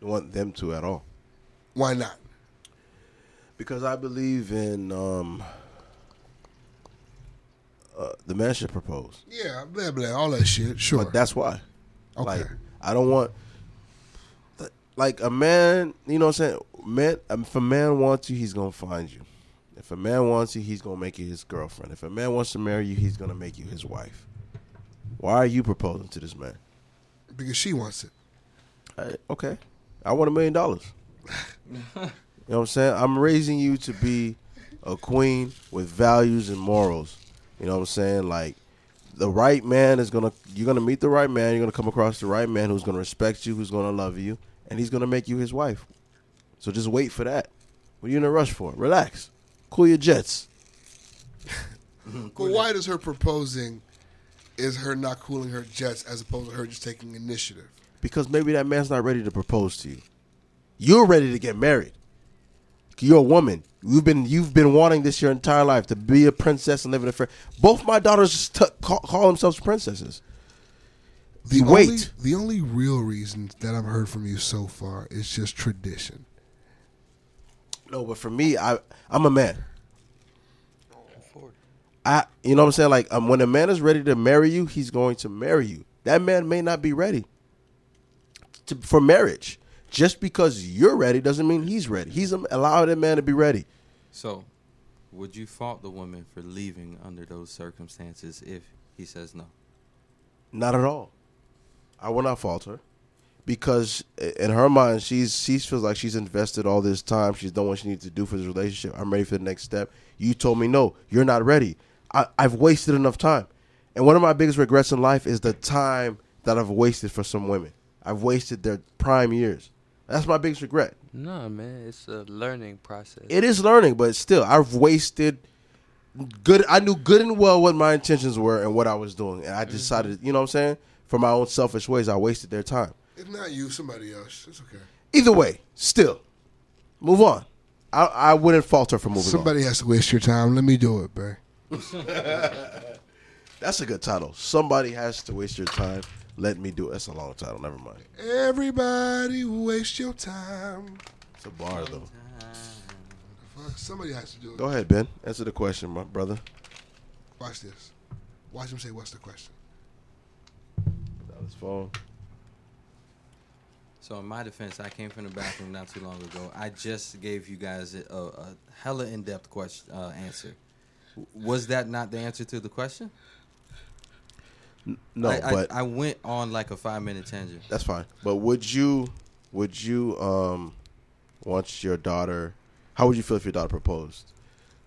Speaker 7: Don't want them to at all.
Speaker 4: Why not?
Speaker 7: Because I believe in um, uh, the man should propose.
Speaker 4: Yeah, blah blah, all that shit. Sure,
Speaker 7: But that's why.
Speaker 4: Okay.
Speaker 7: Like I don't want th- like a man, you know what I'm saying? Man um, if a man wants you, he's going to find you. If a man wants you, he's going to make you his girlfriend. If a man wants to marry you, he's going to make you his wife. Why are you proposing to this man?
Speaker 4: because she wants it.
Speaker 7: I- Uh, okay. I want a million dollars. You know what I'm saying? I'm raising you to be a queen with values and morals. You know what I'm saying? Like the right man is gonna you're gonna meet the right man, you're gonna come across the right man who's gonna respect you, who's gonna love you, and he's gonna make you his wife. So just wait for that. What are you in a rush for? Relax. Cool your jets.
Speaker 4: But why does her proposing is her not cooling her jets as opposed to her just taking initiative?
Speaker 7: Because maybe that man's not ready to propose to you. You're ready to get married. You're a woman. You've been you've been wanting this your entire life to be a princess and live in a fair. Both my daughters just t- call, call themselves princesses.
Speaker 4: The
Speaker 7: Wait.
Speaker 4: Only, the only real reason that I've heard from you so far is just tradition.
Speaker 7: No, but for me, I I'm a man. I, you know what I'm saying? Like, um, when a man is ready to marry you, he's going to marry you. That man may not be ready to, for marriage. Just because you're ready doesn't mean he's ready. He's um, allowing that man to be ready.
Speaker 1: So, would you fault the woman for leaving under those circumstances if he says no?
Speaker 7: Not at all. I will not fault her because i- in her mind, she's she feels like she's invested all this time. She's done what she needs to do for this relationship. I'm ready for the next step. You told me no. You're not ready. I, I've wasted enough time. And one of my biggest regrets in life is the time that I've wasted for some women. I've wasted their prime years. That's my biggest regret.
Speaker 11: No, man, it's a learning process.
Speaker 7: It is learning, but still, I've wasted good. I knew good and well what my intentions were and what I was doing, and I decided, you know what I'm saying, for my own selfish ways, I wasted their time.
Speaker 4: If not you, somebody else. It's okay.
Speaker 7: Either way, still, move on. I, I wouldn't fault her for moving
Speaker 4: Somebody has to waste your time. Let me do it, bro.
Speaker 7: on. That's a good title. Somebody has to waste your time. Let me do it. That's a long title. Never mind.
Speaker 4: Everybody waste your time.
Speaker 7: It's a bar though.
Speaker 4: Fuck, somebody has to do it.
Speaker 7: Go ahead, Ben. Answer the question, my brother.
Speaker 4: Watch this. Watch him say, "What's the question?"
Speaker 7: That was phone.
Speaker 1: So in my defense, I came from the bathroom not too long ago. I just gave you guys a, a, a hella in-depth question uh, answer. W- Was that not the answer to the question?
Speaker 7: No,
Speaker 1: I, I-
Speaker 7: but
Speaker 1: I, went on like a five-minute tangent.
Speaker 7: That's fine. But would you would you um want your daughter how would you feel if your daughter proposed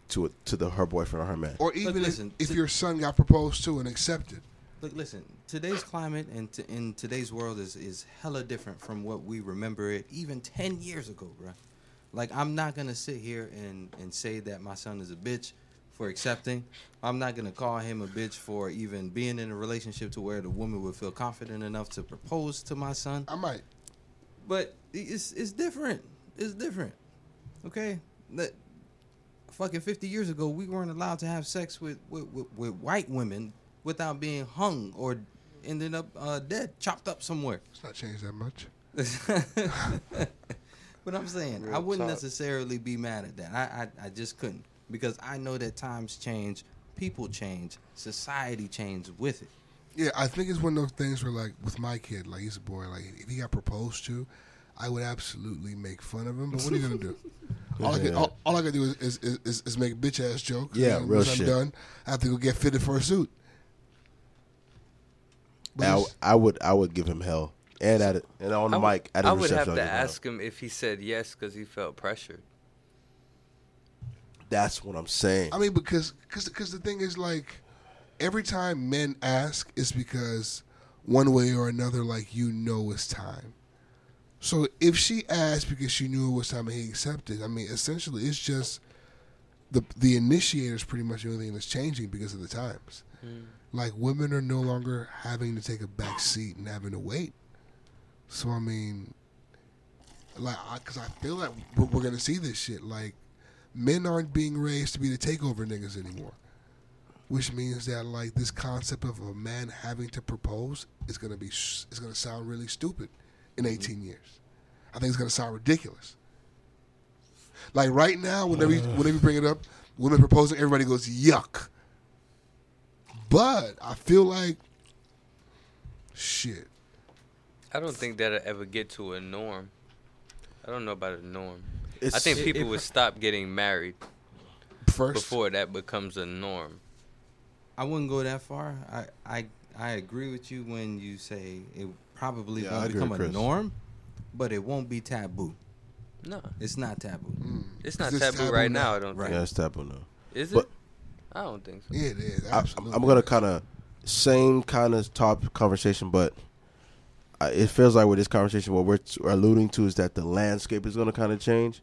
Speaker 7: to a, to the her boyfriend or her man?
Speaker 4: Or even
Speaker 1: listen,
Speaker 4: if, if your son got proposed to and accepted.
Speaker 1: Look, listen. Today's climate and t- in today's world is is hella different from what we remember it even ten years ago, bro. Like I'm not gonna sit here and and say that my son is a bitch for accepting. I'm not gonna call him a bitch for even being in a relationship to where the woman would feel confident enough to propose to my son.
Speaker 4: I might.
Speaker 1: But i- it's it's different. It's different. Okay. That fucking 50 years ago, we weren't allowed to have sex with with, with, with white women without being hung or ending up uh, dead, chopped up somewhere.
Speaker 4: It's not changed that much.
Speaker 1: But I'm saying I
Speaker 4: Real
Speaker 1: wouldn't
Speaker 4: talk.
Speaker 1: necessarily be mad at that. I, I I just couldn't because I know that times change, people change, society changes with it.
Speaker 4: Yeah, I think it's one of those things where, like, with my kid, like he's a boy, like if he got proposed to, I would absolutely make fun of him. But what are you gonna do? all, I could, all, all I could do is is, is, is make bitch ass jokes.
Speaker 7: Yeah,
Speaker 4: and
Speaker 7: real
Speaker 4: once
Speaker 7: shit.
Speaker 4: I'm done, I have to go get fitted for a suit. But
Speaker 7: I,
Speaker 4: it's-
Speaker 7: I would I would give him hell. And at it and on the
Speaker 11: I would-
Speaker 7: mic at
Speaker 11: I
Speaker 7: a
Speaker 11: would have
Speaker 7: reception.
Speaker 11: to
Speaker 7: I'd give him hell.
Speaker 11: ask him if he said yes because he felt pressured.
Speaker 7: That's what I'm saying.
Speaker 4: I mean, because cause, cause the thing is, like, every time men ask, it's because one way or another, like, you know it's time. So if she asked because she knew it was time and he accepted, I mean, essentially, it's just the the initiator is pretty much the only thing that's changing because of the times.
Speaker 2: Mm.
Speaker 4: Like, women are no longer having to take a back seat and having to wait. So, I mean, like, because I, feel like we're, we're going to see this shit. Like, men aren't being raised to be the takeover niggas anymore. Which means that like this concept of a man having to propose is gonna be s- is gonna sound really stupid in eighteen years. I think it's gonna sound ridiculous. Like right now, whenever you, whenever you bring it up, women proposing, everybody goes yuck. But I feel like shit.
Speaker 11: I don't think that'll ever get to a norm. I don't know about a norm. I
Speaker 7: It's-
Speaker 11: think
Speaker 7: It-
Speaker 11: people
Speaker 7: it-
Speaker 11: would stop getting married
Speaker 4: First.
Speaker 11: before that becomes a norm.
Speaker 1: I wouldn't go that far. I I, I agree with you when you say it probably
Speaker 7: Yeah, I
Speaker 1: won't
Speaker 7: agree with
Speaker 1: become a
Speaker 7: Chris.
Speaker 1: norm, but it won't be taboo.
Speaker 11: No,
Speaker 1: it's not taboo.
Speaker 7: Mm.
Speaker 11: It's not It's taboo taboo right now. now, I don't
Speaker 1: Right.
Speaker 7: Yeah, it's taboo now.
Speaker 11: Is it?
Speaker 7: But-
Speaker 11: I don't think so.
Speaker 4: Yeah, it is.
Speaker 7: I, I'm gonna kind of same kind of top conversation, but I, it feels like with this conversation, what we're, t- we're alluding to is that the landscape is gonna kind of change,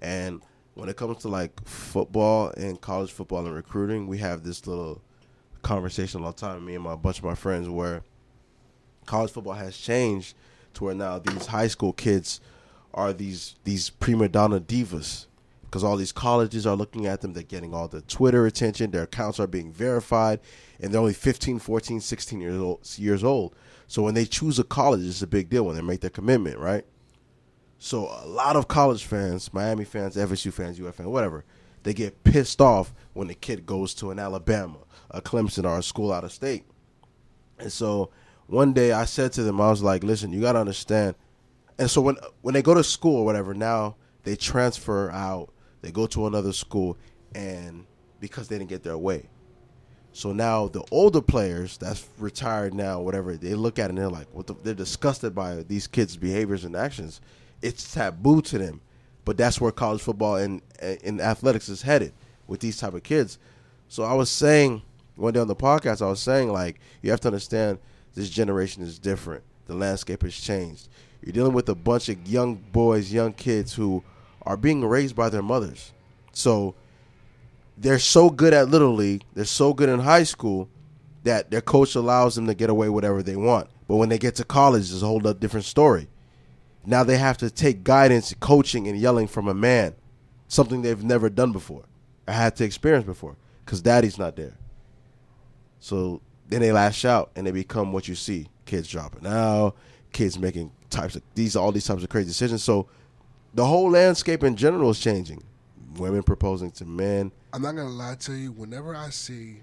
Speaker 7: and when it comes to like football and college football and recruiting, we have this little conversation all the time. Me and my a bunch of my friends where college football has changed to where now these high school kids are these these prima donna divas because all these colleges are looking at them they're getting all the twitter attention their accounts are being verified and they're only 15 14 16 years old years old so when they choose a college it's a big deal when they make their commitment right so a lot of college fans miami fans fsu fans uf fans whatever They get pissed off when the kid goes to an Alabama, a Clemson, or a school out of state. And so one day I said to them, I was like, listen, you gotta understand. And so when when they go to school or whatever, now they transfer out, they go to another school, and because they didn't get their way. So now the older players that's retired now, whatever, they look at it and they're like, what the, they're disgusted by these kids' behaviors and actions. It's taboo to them, but that's where college football and and athletics is headed with these type of kids. So I was saying one day on the podcast, I was saying like you have to understand this generation is different. The landscape has changed. You're dealing with a bunch of young boys, young kids who are being raised by their mothers. So they're so good at little league, they're so good in high school that their coach allows them to get away whatever they want. But when they get to college, it's a whole other different story. Now they have to take guidance, coaching, and yelling from a man, something they've never done before, or had to experience before, because daddy's not there. So then they lash out and they become what you see: kids dropping out, kids making types of these all these types of crazy decisions. So the whole landscape in general is changing. Women proposing to men,
Speaker 4: I'm not gonna lie to you. Whenever I see,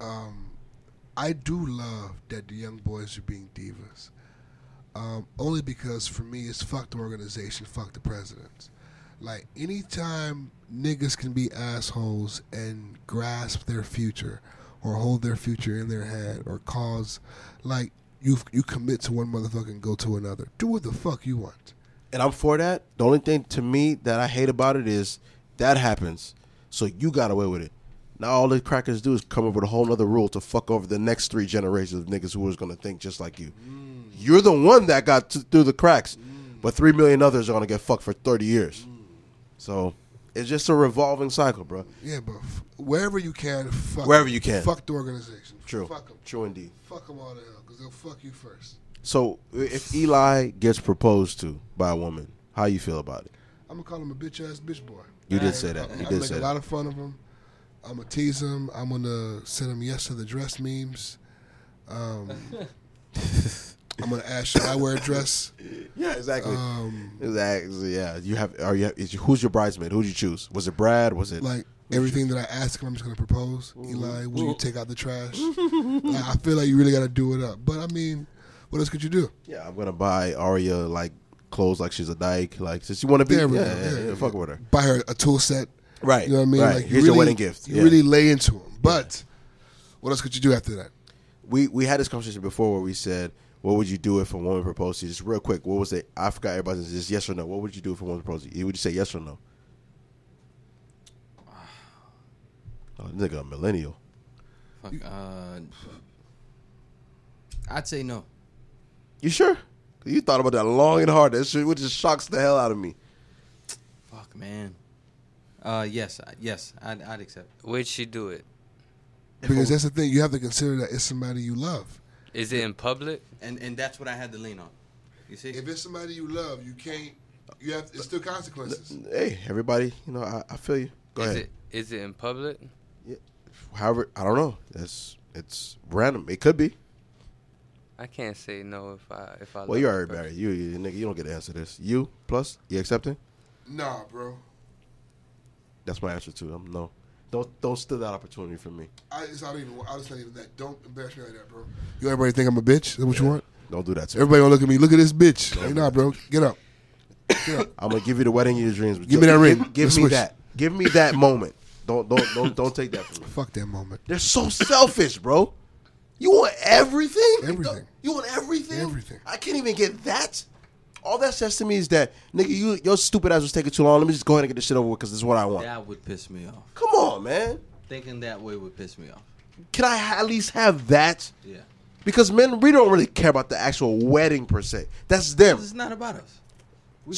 Speaker 4: um, I do love that the young boys are being divas. Um, only because for me, it's fuck the organization, fuck the presidents. Like anytime niggas can be assholes and grasp their future, or hold their future in their hand, or cause, like you you commit to one motherfucker and go to another. Do what the fuck you want.
Speaker 7: and I'm for that. The only thing to me that I hate about it is that happens. So you got away with it. Now all the crackers do is come up with a whole other rule to fuck over the next three generations of niggas who was gonna think just like you.
Speaker 4: Mm.
Speaker 7: You're the one that got t- through the cracks, but three million others are gonna get fucked for thirty years.
Speaker 4: Mm.
Speaker 7: So it's just a revolving cycle, bro.
Speaker 4: Yeah, but f- wherever you can, fuck
Speaker 7: Wherever you can.
Speaker 4: fuck the organization.
Speaker 7: True.
Speaker 4: fuck them,
Speaker 7: True indeed.
Speaker 4: fuck them all the hell, because they'll fuck you first.
Speaker 7: So if Eli gets proposed to by a woman, how you feel about it?
Speaker 4: I'm gonna call him a bitch ass bitch boy.
Speaker 7: You did say that.
Speaker 4: I-
Speaker 7: You
Speaker 4: I
Speaker 7: did
Speaker 4: make
Speaker 7: say
Speaker 4: a
Speaker 7: that.
Speaker 4: lot of fun of him. I'm gonna tease him. I'm gonna send him yes to the dress memes. Um, I'm gonna ask should I wear a dress?
Speaker 7: Yeah, exactly.
Speaker 4: Um,
Speaker 7: Exactly. Yeah. You have. Are you? Is, who's your bridesmaid? Who'd you choose? Was it Brad? Was it
Speaker 4: like everything that I ask him, I'm just gonna propose.
Speaker 7: Mm-hmm.
Speaker 4: Eli, will you take out the trash? Like, I feel like you really gotta do it up. But I mean, what else could you do?
Speaker 7: Yeah, I'm gonna buy Arya like clothes like she's a dyke. Like since you want to be, yeah,
Speaker 4: There we go,
Speaker 7: yeah,
Speaker 4: yeah,
Speaker 7: yeah,
Speaker 4: yeah.
Speaker 7: fuck with her.
Speaker 4: buy her a tool set.
Speaker 7: Right,
Speaker 4: You know what I mean?
Speaker 7: right.
Speaker 4: Like, you
Speaker 7: Here's your wedding gift,
Speaker 4: You
Speaker 7: yeah.
Speaker 4: really lay into him. But what else could you do after that?
Speaker 7: We we had this conversation before where we said, what would you do if a woman proposed to you? Just real quick, what was it? I forgot everybody's just yes or no. What would you do if a woman proposed to you? Would you say yes or no? Oh, nigga, a millennial.
Speaker 1: Fuck, uh, I'd say no.
Speaker 7: You sure? You thought about that long and hard. That shit, which just shocks the hell out of me.
Speaker 1: Fuck, man. Uh, yes, I- yes, I'd, I'd accept.
Speaker 3: Would she do it?
Speaker 4: Because that's the thing. You have to consider that it's somebody you love.
Speaker 3: Is it in public?
Speaker 1: And and that's what I had to lean on. You see,
Speaker 4: If it's somebody you love, you can't. You have. It's still consequences.
Speaker 7: Hey, everybody, you know, I, I feel you. Go
Speaker 3: is
Speaker 7: ahead.
Speaker 3: it is it in public?
Speaker 7: However, I don't know. That's it's random. It could be.
Speaker 3: I can't say no if I if I.
Speaker 7: Well,
Speaker 3: love
Speaker 7: you
Speaker 3: the
Speaker 7: already
Speaker 3: person.
Speaker 7: married. You, you nigga, you don't get to answer this. You plus you accepting?
Speaker 4: Nah, bro.
Speaker 7: That's my answer to them. No, don't don't steal that opportunity from me.
Speaker 4: I just I don't even. I just not even that. Don't embarrass me like that, bro. You everybody think I'm a bitch? Is that what you want?
Speaker 7: Don't do that. To
Speaker 4: Everybody gonna look at me. Look at this bitch. Like, nah, bro. Get up.
Speaker 7: me. I'm gonna give you the wedding of your dreams. but
Speaker 4: Give me
Speaker 7: don't-
Speaker 4: that ring.
Speaker 7: Give, give
Speaker 4: Let's
Speaker 7: me
Speaker 4: switch.
Speaker 7: that. Give me that moment. Don't don't don't don't take that from me.
Speaker 4: Fuck that moment.
Speaker 7: They're so selfish, bro. You want everything?
Speaker 4: Everything.
Speaker 7: You want everything?
Speaker 4: Everything.
Speaker 7: I can't even get that. All that says to me is that nigga, you your stupid ass was taking too long. Let me just go ahead and get this shit over with because this is what I want.
Speaker 1: That would piss me off.
Speaker 7: Come on, man.
Speaker 1: Thinking that way would piss me off.
Speaker 7: Can I ha- at least have that?
Speaker 1: Yeah.
Speaker 7: Because men, we don't really care about the actual wedding per se. That's them.
Speaker 1: It's not about us.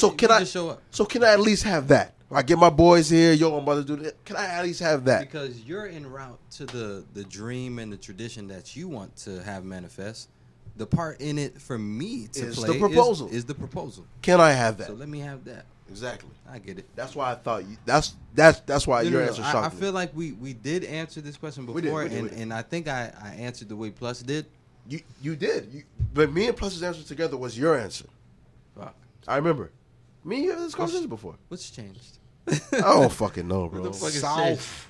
Speaker 7: so can I show up? So can I at least have that? I get my boys here. Yo, I'm about to do that. Can I at least have that?
Speaker 1: Because you're en route to the the dream and the tradition that you want to have manifest. The part in it for me to
Speaker 7: Is
Speaker 1: play
Speaker 7: the proposal.
Speaker 1: Is, the proposal.
Speaker 7: Can I have that?
Speaker 1: So let me have that.
Speaker 7: Exactly.
Speaker 1: I get it.
Speaker 7: That's why I thought you, that's that's that's why
Speaker 1: No,
Speaker 7: your
Speaker 1: no, no.
Speaker 7: answer
Speaker 1: I- I,
Speaker 7: shocked me.
Speaker 1: feel like we, we did answer this question before,
Speaker 7: We did, we did,
Speaker 1: and,
Speaker 7: we did.
Speaker 1: and I think I, I answered the way Plus did.
Speaker 7: You you did. You, but me and Plus's answer together was your answer.
Speaker 1: Fuck.
Speaker 7: I remember. Me and you had this conversation before.
Speaker 1: What's changed?
Speaker 7: I don't Oh, fucking know, bro.
Speaker 4: What the fuck is
Speaker 7: South.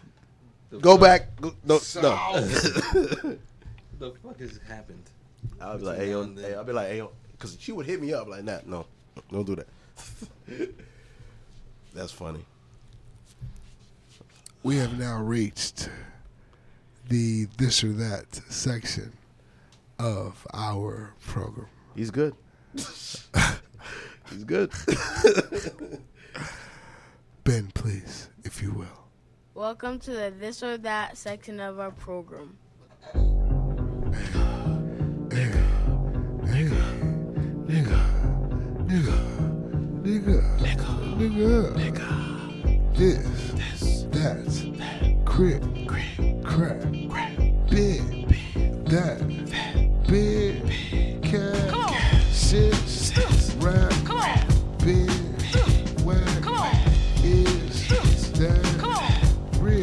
Speaker 4: this?
Speaker 7: Go back. Go, no, no.
Speaker 4: South.
Speaker 1: the fuck has happened?
Speaker 7: I'll be like, hey, yo, hey, I'll be like, hey, yo, because she would hit me up like, nah, no, don't do that. That's funny.
Speaker 4: We have now reached the this or that section of our program.
Speaker 7: He's good. He's good.
Speaker 4: ben, please, if you will.
Speaker 15: Welcome to the this or that section of our program.
Speaker 4: Nigga. Nigga. Nigga. This. That's. Crib. Crib. Crap. Big. That. Big. Cat. Shit. Rap. Big. Whack. Is. That. Real.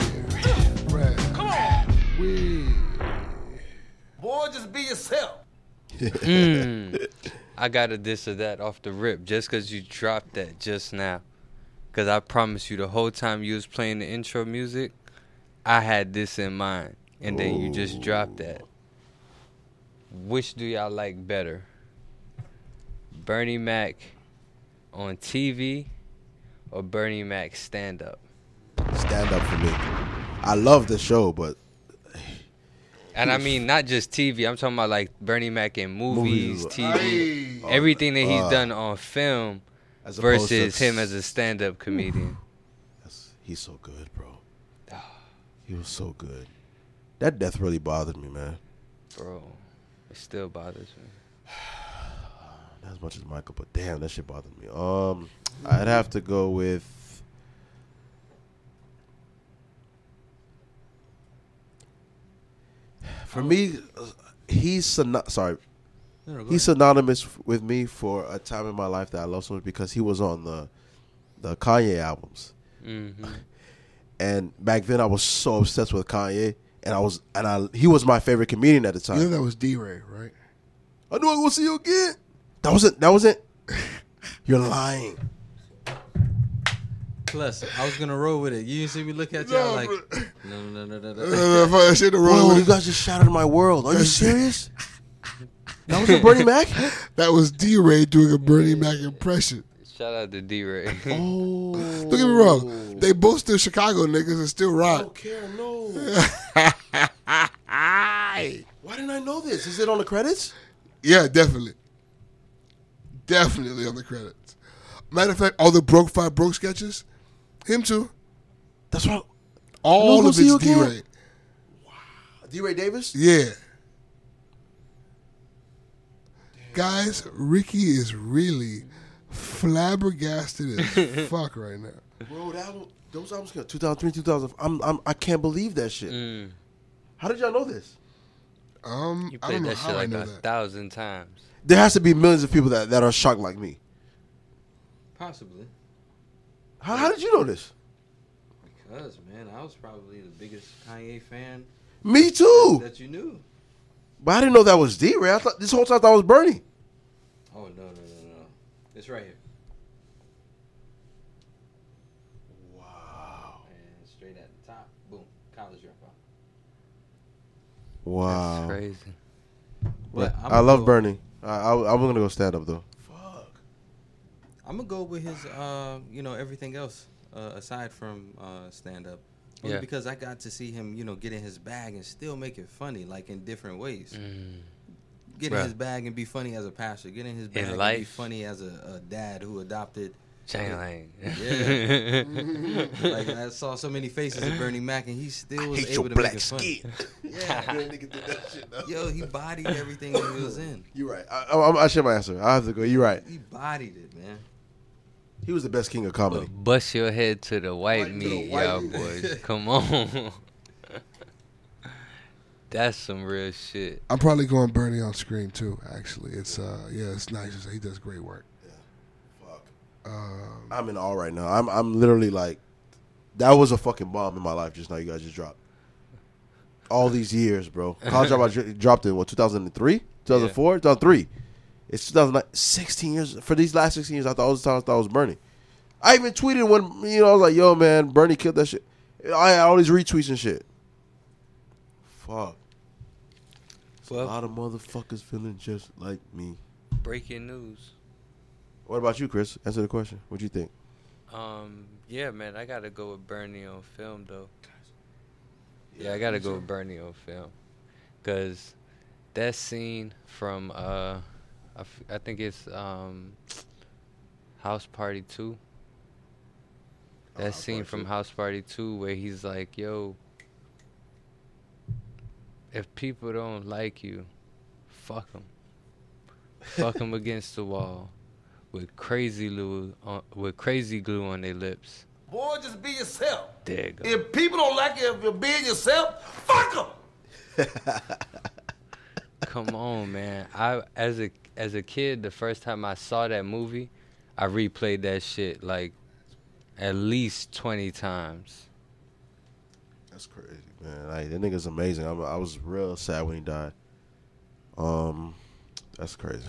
Speaker 4: Rap.
Speaker 14: Come on.
Speaker 4: Weird.
Speaker 14: Boy, just be yourself.
Speaker 3: Mm. I got a this or that off the rip just because you dropped that just now. Because I promise you, the whole time you was playing the intro music, I had this in mind. And then you just dropped that. Which do y'all like better? Bernie Mac on TV or Bernie Mac stand up?
Speaker 7: Stand up for me. I love the show, but
Speaker 3: And I mean not just TV. I'm talking about like Bernie Mac in movies,
Speaker 7: Movies.
Speaker 3: TV,
Speaker 7: Aye.
Speaker 3: everything that he's
Speaker 7: Uh,
Speaker 3: done on film
Speaker 7: as opposed to-
Speaker 3: versus him as a stand-up comedian.
Speaker 7: he's so good, bro. He was so good. That death really bothered me, man.
Speaker 3: Bro, it still bothers me.
Speaker 7: Not as much as Michael, but damn, that shit bothered me. Um, I'd have to go with. For me, uh, he's syno- sorry.
Speaker 1: No, no, go
Speaker 7: he's synonymous f- with me for a time in my life that I love so much because he was on the the Kanye albums.
Speaker 3: Mm-hmm.
Speaker 7: and back then I was so obsessed with Kanye, and I was and I he was my favorite comedian at the time.
Speaker 4: You know that was D Ray, right?
Speaker 7: I knew I was gonna see you again. That wasn't. That wasn't. You're lying.
Speaker 1: Plus, I was gonna roll with it. You didn't see me look at y'all like, no, no, no, no, no.
Speaker 4: no, no, I shouldn't have rolled
Speaker 7: Whoa,
Speaker 4: with
Speaker 7: you
Speaker 4: it.
Speaker 7: guys just shattered my world. Are you serious? That was a Bernie Mac.
Speaker 4: That was D Ray doing a Bernie Mac impression. Oh.
Speaker 3: Shout out to D Ray.
Speaker 7: Oh.
Speaker 4: Don't get me wrong. They both still Chicago niggas and still rock.
Speaker 7: care, no. Why didn't I know this? Is it on the credits?
Speaker 4: Yeah, definitely. Definitely on the credits. Matter of fact, all the broke five broke sketches, him too.
Speaker 7: That's right.
Speaker 4: All
Speaker 7: No,
Speaker 4: of
Speaker 7: who's
Speaker 4: it's
Speaker 7: you
Speaker 4: D
Speaker 7: again?
Speaker 4: Ray.
Speaker 7: D. Ray Davis.
Speaker 4: Yeah. Guys, Ricky is really flabbergasted as fuck right now.
Speaker 7: Bro, that album, those albums came out 2003, 2004. I'm, I'm, I can't believe that shit. How did y'all know this?
Speaker 4: Um,
Speaker 3: You
Speaker 4: I don't
Speaker 3: played
Speaker 4: know
Speaker 3: that
Speaker 4: how
Speaker 3: shit
Speaker 4: I
Speaker 3: like
Speaker 4: know
Speaker 3: a
Speaker 4: that.
Speaker 3: thousand times.
Speaker 7: There has to be millions of people that, that are shocked like me.
Speaker 1: Possibly.
Speaker 7: How, how did you know this?
Speaker 1: Because man, I was probably the biggest Kanye fan
Speaker 7: Me too.
Speaker 1: that you knew.
Speaker 7: But I didn't know that was D Ray. I thought this whole time I thought it was Bernie.
Speaker 1: Oh no no no no! It's right here. Wow. And straight at the top, boom, college dropout.
Speaker 7: Wow.
Speaker 3: Crazy.
Speaker 7: But
Speaker 1: But I'ma
Speaker 7: I love
Speaker 1: go-
Speaker 7: Bernie. I, I, I'm gonna go stand up though.
Speaker 1: I'm gonna go with his, uh, you know, everything else uh, aside from uh, stand up. Only
Speaker 3: Yeah.
Speaker 1: Because I got to see him, you know, get in his bag and still make it funny, like in different ways.
Speaker 7: Mm.
Speaker 1: Get in
Speaker 3: Bruh.
Speaker 1: his bag and be funny as a pastor. Get in his bag and be
Speaker 3: life.
Speaker 1: funny as a, a dad who adopted.
Speaker 3: Chain Lang.
Speaker 1: Yeah. like I saw so many faces of Bernie Mac, and he still was
Speaker 7: hate
Speaker 1: able
Speaker 7: your
Speaker 1: to
Speaker 7: black
Speaker 1: make it funny.
Speaker 7: skin.
Speaker 1: Yeah,
Speaker 7: that nigga did that shit.
Speaker 1: Yo, he bodied everything that he was in.
Speaker 7: You're right. I, I, I, I share my answer. I have to go. You're right.
Speaker 1: He bodied it, man.
Speaker 7: He was the best king of comedy.
Speaker 3: Bust your head to the white
Speaker 7: Right to the
Speaker 3: meat,
Speaker 7: white
Speaker 3: y'all
Speaker 7: meat.
Speaker 3: boys. Come on. That's some real shit.
Speaker 4: I'm probably going Bernie on screen too. Actually, it's uh, yeah, it's nice. It's- He does great work. Um,
Speaker 7: I'm in all right now. I'm I'm literally like, that was a fucking bomb in my life just now. You guys just dropped. All these years, bro. College dropout dr- dropped in what 2003, 2004, 2003. It's 2009. 16 years for these last 16 years. I thought all the time I thought it was Bernie. I even tweeted when you know I was like, "Yo, man, Bernie killed that shit." I had all these retweets and shit. Fuck. It's a lot of motherfuckers feeling just like me.
Speaker 3: Breaking news.
Speaker 7: What about you, Chris? Answer the question. What do you think?
Speaker 3: Um, yeah, man, I gotta go with Bernie on film though. Yeah, I gotta go with Bernie on film, cause that scene from uh, I, f- I think it's um, House Party Two.
Speaker 1: Oh,
Speaker 3: That scene from House Party Two where he's like, "Yo, if people don't like you, fuck them. fuck them against the wall." With crazy glue, on, with crazy glue on their lips.
Speaker 16: Boy, just be yourself.
Speaker 3: There you go.
Speaker 16: If people don't like you, if you're being yourself, fuck them.
Speaker 3: Come on, man. I as a as a kid, the first time I saw that movie, I replayed that shit like at least twenty times.
Speaker 7: That's crazy. Man, like that nigga's amazing. I'm, I was real sad when he died. Um, that's crazy.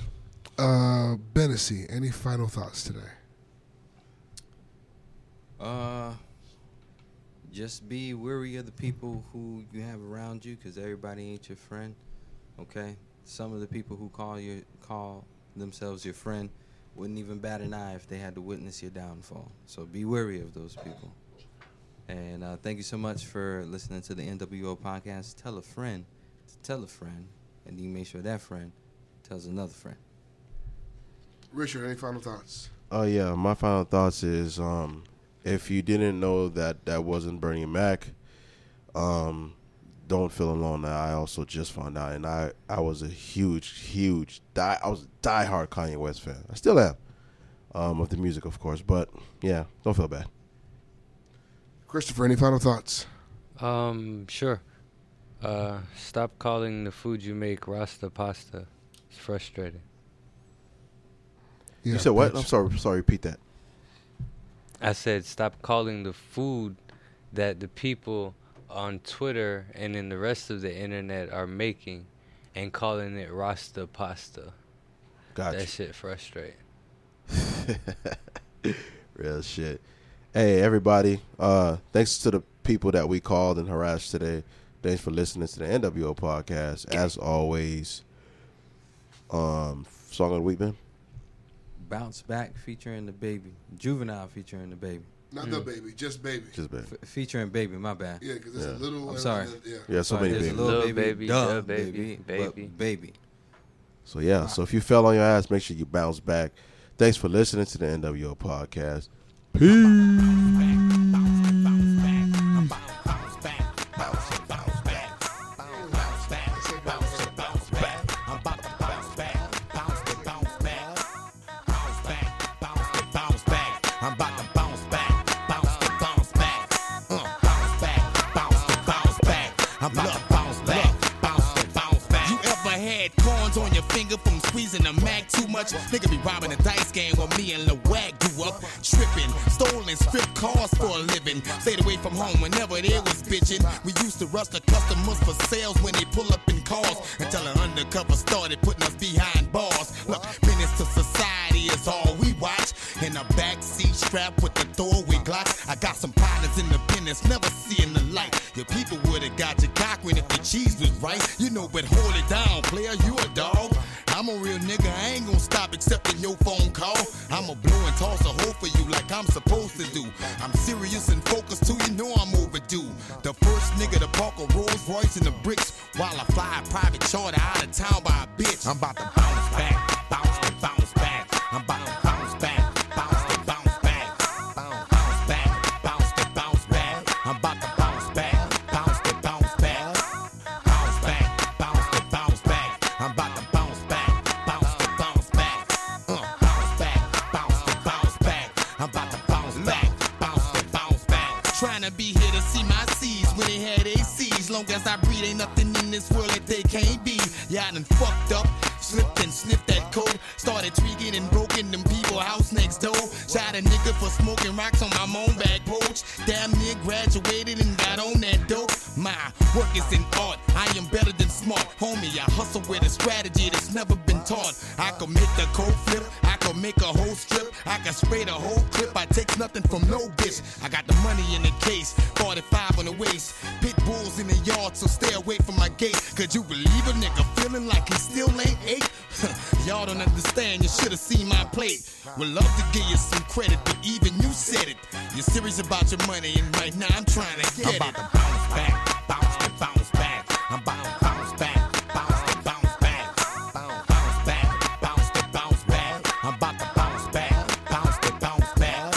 Speaker 4: Uh, Bennessy, any final thoughts today?
Speaker 1: Uh, just be wary of the people who you have around you, because everybody ain't your friend. Okay, some of the people who call your call themselves your friend wouldn't even bat an eye if they had to witness your downfall. So be wary of those people. And uh, thank you so much for listening to the NWO podcast. Tell a friend to tell a friend, and you make sure that friend tells another friend.
Speaker 4: Richard, any final thoughts?
Speaker 7: Oh yeah, my final thoughts is um, if you didn't know that that wasn't Bernie Mac, um, don't feel alone. I also just found out, and I I was a huge, huge die. I was a diehard Kanye West fan. I still am, um, of the music, of course. But yeah, don't feel bad.
Speaker 4: Christopher, any final thoughts?
Speaker 3: Um, sure. Uh, stop calling the food you make Rasta pasta. It's frustrating.
Speaker 7: you said what? I'm sorry. Sorry, repeat that.
Speaker 3: I said stop calling the food that the people on Twitter and in the rest of the internet are making and calling it Rasta pasta.
Speaker 7: Gotcha.
Speaker 3: That shit frustrating.
Speaker 7: Real shit. Hey everybody. Uh thanks to the people that we called and harassed today. Thanks for listening to the NWO podcast. As always, um song of the week, man.
Speaker 1: Bounce back featuring the baby, juvenile featuring the baby,
Speaker 4: Not the baby, just baby.
Speaker 7: Just baby.
Speaker 1: F- featuring baby. My bad.
Speaker 4: Yeah, 'cause there's a Yeah. little
Speaker 1: I'm
Speaker 4: and
Speaker 1: sorry.
Speaker 4: then the- yeah.
Speaker 7: Yeah, so
Speaker 1: Sorry,
Speaker 7: many
Speaker 1: there's a
Speaker 7: babies.
Speaker 1: Little
Speaker 3: Little
Speaker 1: baby,
Speaker 3: baby,
Speaker 1: duh,
Speaker 3: duh,
Speaker 1: baby,
Speaker 3: baby,
Speaker 1: but
Speaker 3: baby.
Speaker 1: baby.
Speaker 7: So yeah, so if you fell on your ass, make sure you bounce back. Thanks for listening to the NWO podcast.
Speaker 16: bounce back. I'm about to bounce back, bounce to bounce back, uh, bounce back, bounce to bounce back. I'm about to bounce back, bounce to bounce back. You ever had corns on your finger from squeezing the mag too much? Nigga be robbing a dice game while me and Lil Wag grew up, tripping, stolen strip cars for a living. Stayed away from home whenever they was bitching. We used to rush the customers for sales when they pull up in cars until an undercover started putting us behind bars. Look, minutes to society is all we watch. In a backseat strapped with the throwaway glocks. I got some partners in the business, never seeing the light. Your people would've got your cockring if the cheese was right. You know, but hold it down, player, you a dog. I'm a real nigga, I ain't gonna stop accepting your phone call. I'ma blow and toss a hole for you like I'm supposed to do. I'm serious and focused too, you know I'm overdue. The first nigga to park a Rolls Royce in the bricks while I fly a private charter out of town by a bitch. I'm about to bounce back, bounce to bounce back. I'm about to bounce back, bounce to bounce back. Bounce, bounce back, bounce to bounce back. I'm about to bounce back, bounce to bounce back. Bounce back, bounce to bounce back. I'm about to bounce back, bounce to bounce back. Uh, bounce back, bounce to bounce back. I'm about to bounce back, bounce to bounce back. Trying to be here to see my seeds when they had ACs. Long as I breathe, ain't nothing in this world that they can't be. Yeah, I done fucked up, slipped and sniffed that code. Started tweaking and broken them people house next door. Shot a nigga for smoking rocks on my own back porch. Damn near graduated and got on that dope. My work is in art. I am better than smart, homie. I hustle with a strategy that's never been taught. I could make a cold flip. I could make a whole strip. I can spray the whole clip. I takes nothing from no bitch. I got the money in the case, 45 on the waist. Pit bulls in the yard, so stay away from my gate. Could you believe a nigga feeling like he still ain't eight? Y'all don't understand, you should've seen my plate. Would love to give you some credit, but even you said it. You're serious about your money, and right now I'm trying to get it. bounce back, bounce to bounce back. I'm bound to bounce back, bounce to bounce back. Bounce, bounce back, bounce to bounce back. I'm about to bounce back, bounce to bounce back.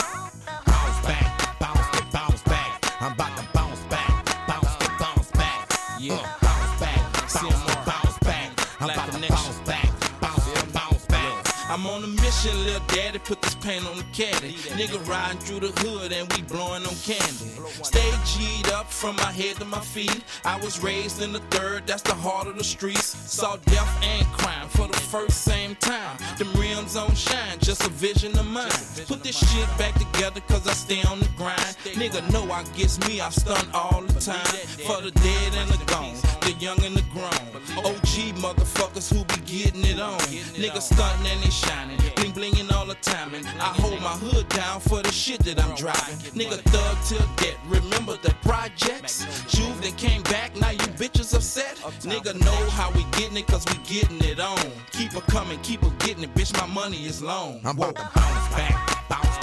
Speaker 16: Bounce back, bounce to bounce back. I'm about to bounce back, bounce to bounce back. Yeah, bounce back, bounce to bounce back. I'm about to bounce back, bounce to bounce back.
Speaker 17: I'm on a mission, lil' daddy. Put this paint on the caddy. Nigga riding through the hood and we blowing on candy. Stay G'd up from my head to my feet. I was raised in the third, that's the heart of the streets. Saw death and crime for the first same time. Them rims on shine, just a vision of mine. Put this shit back together cause I stay on the grind. Nigga know I gets me, I stun all the time. For the dead and the gone, the young and the grown. OG motherfuckers who be getting it on. Nigga stunting and they shining, bling blinging all the time. And I hold my hood down for the shit that I'm driving. Nigga thug till death, remember the projects? Juve then came back, now you bitches upset. Nigga know how we getting it cause we getting it on. Keep her coming, keep her getting it, bitch, my money is long.
Speaker 16: I'm about to bounce back, bounce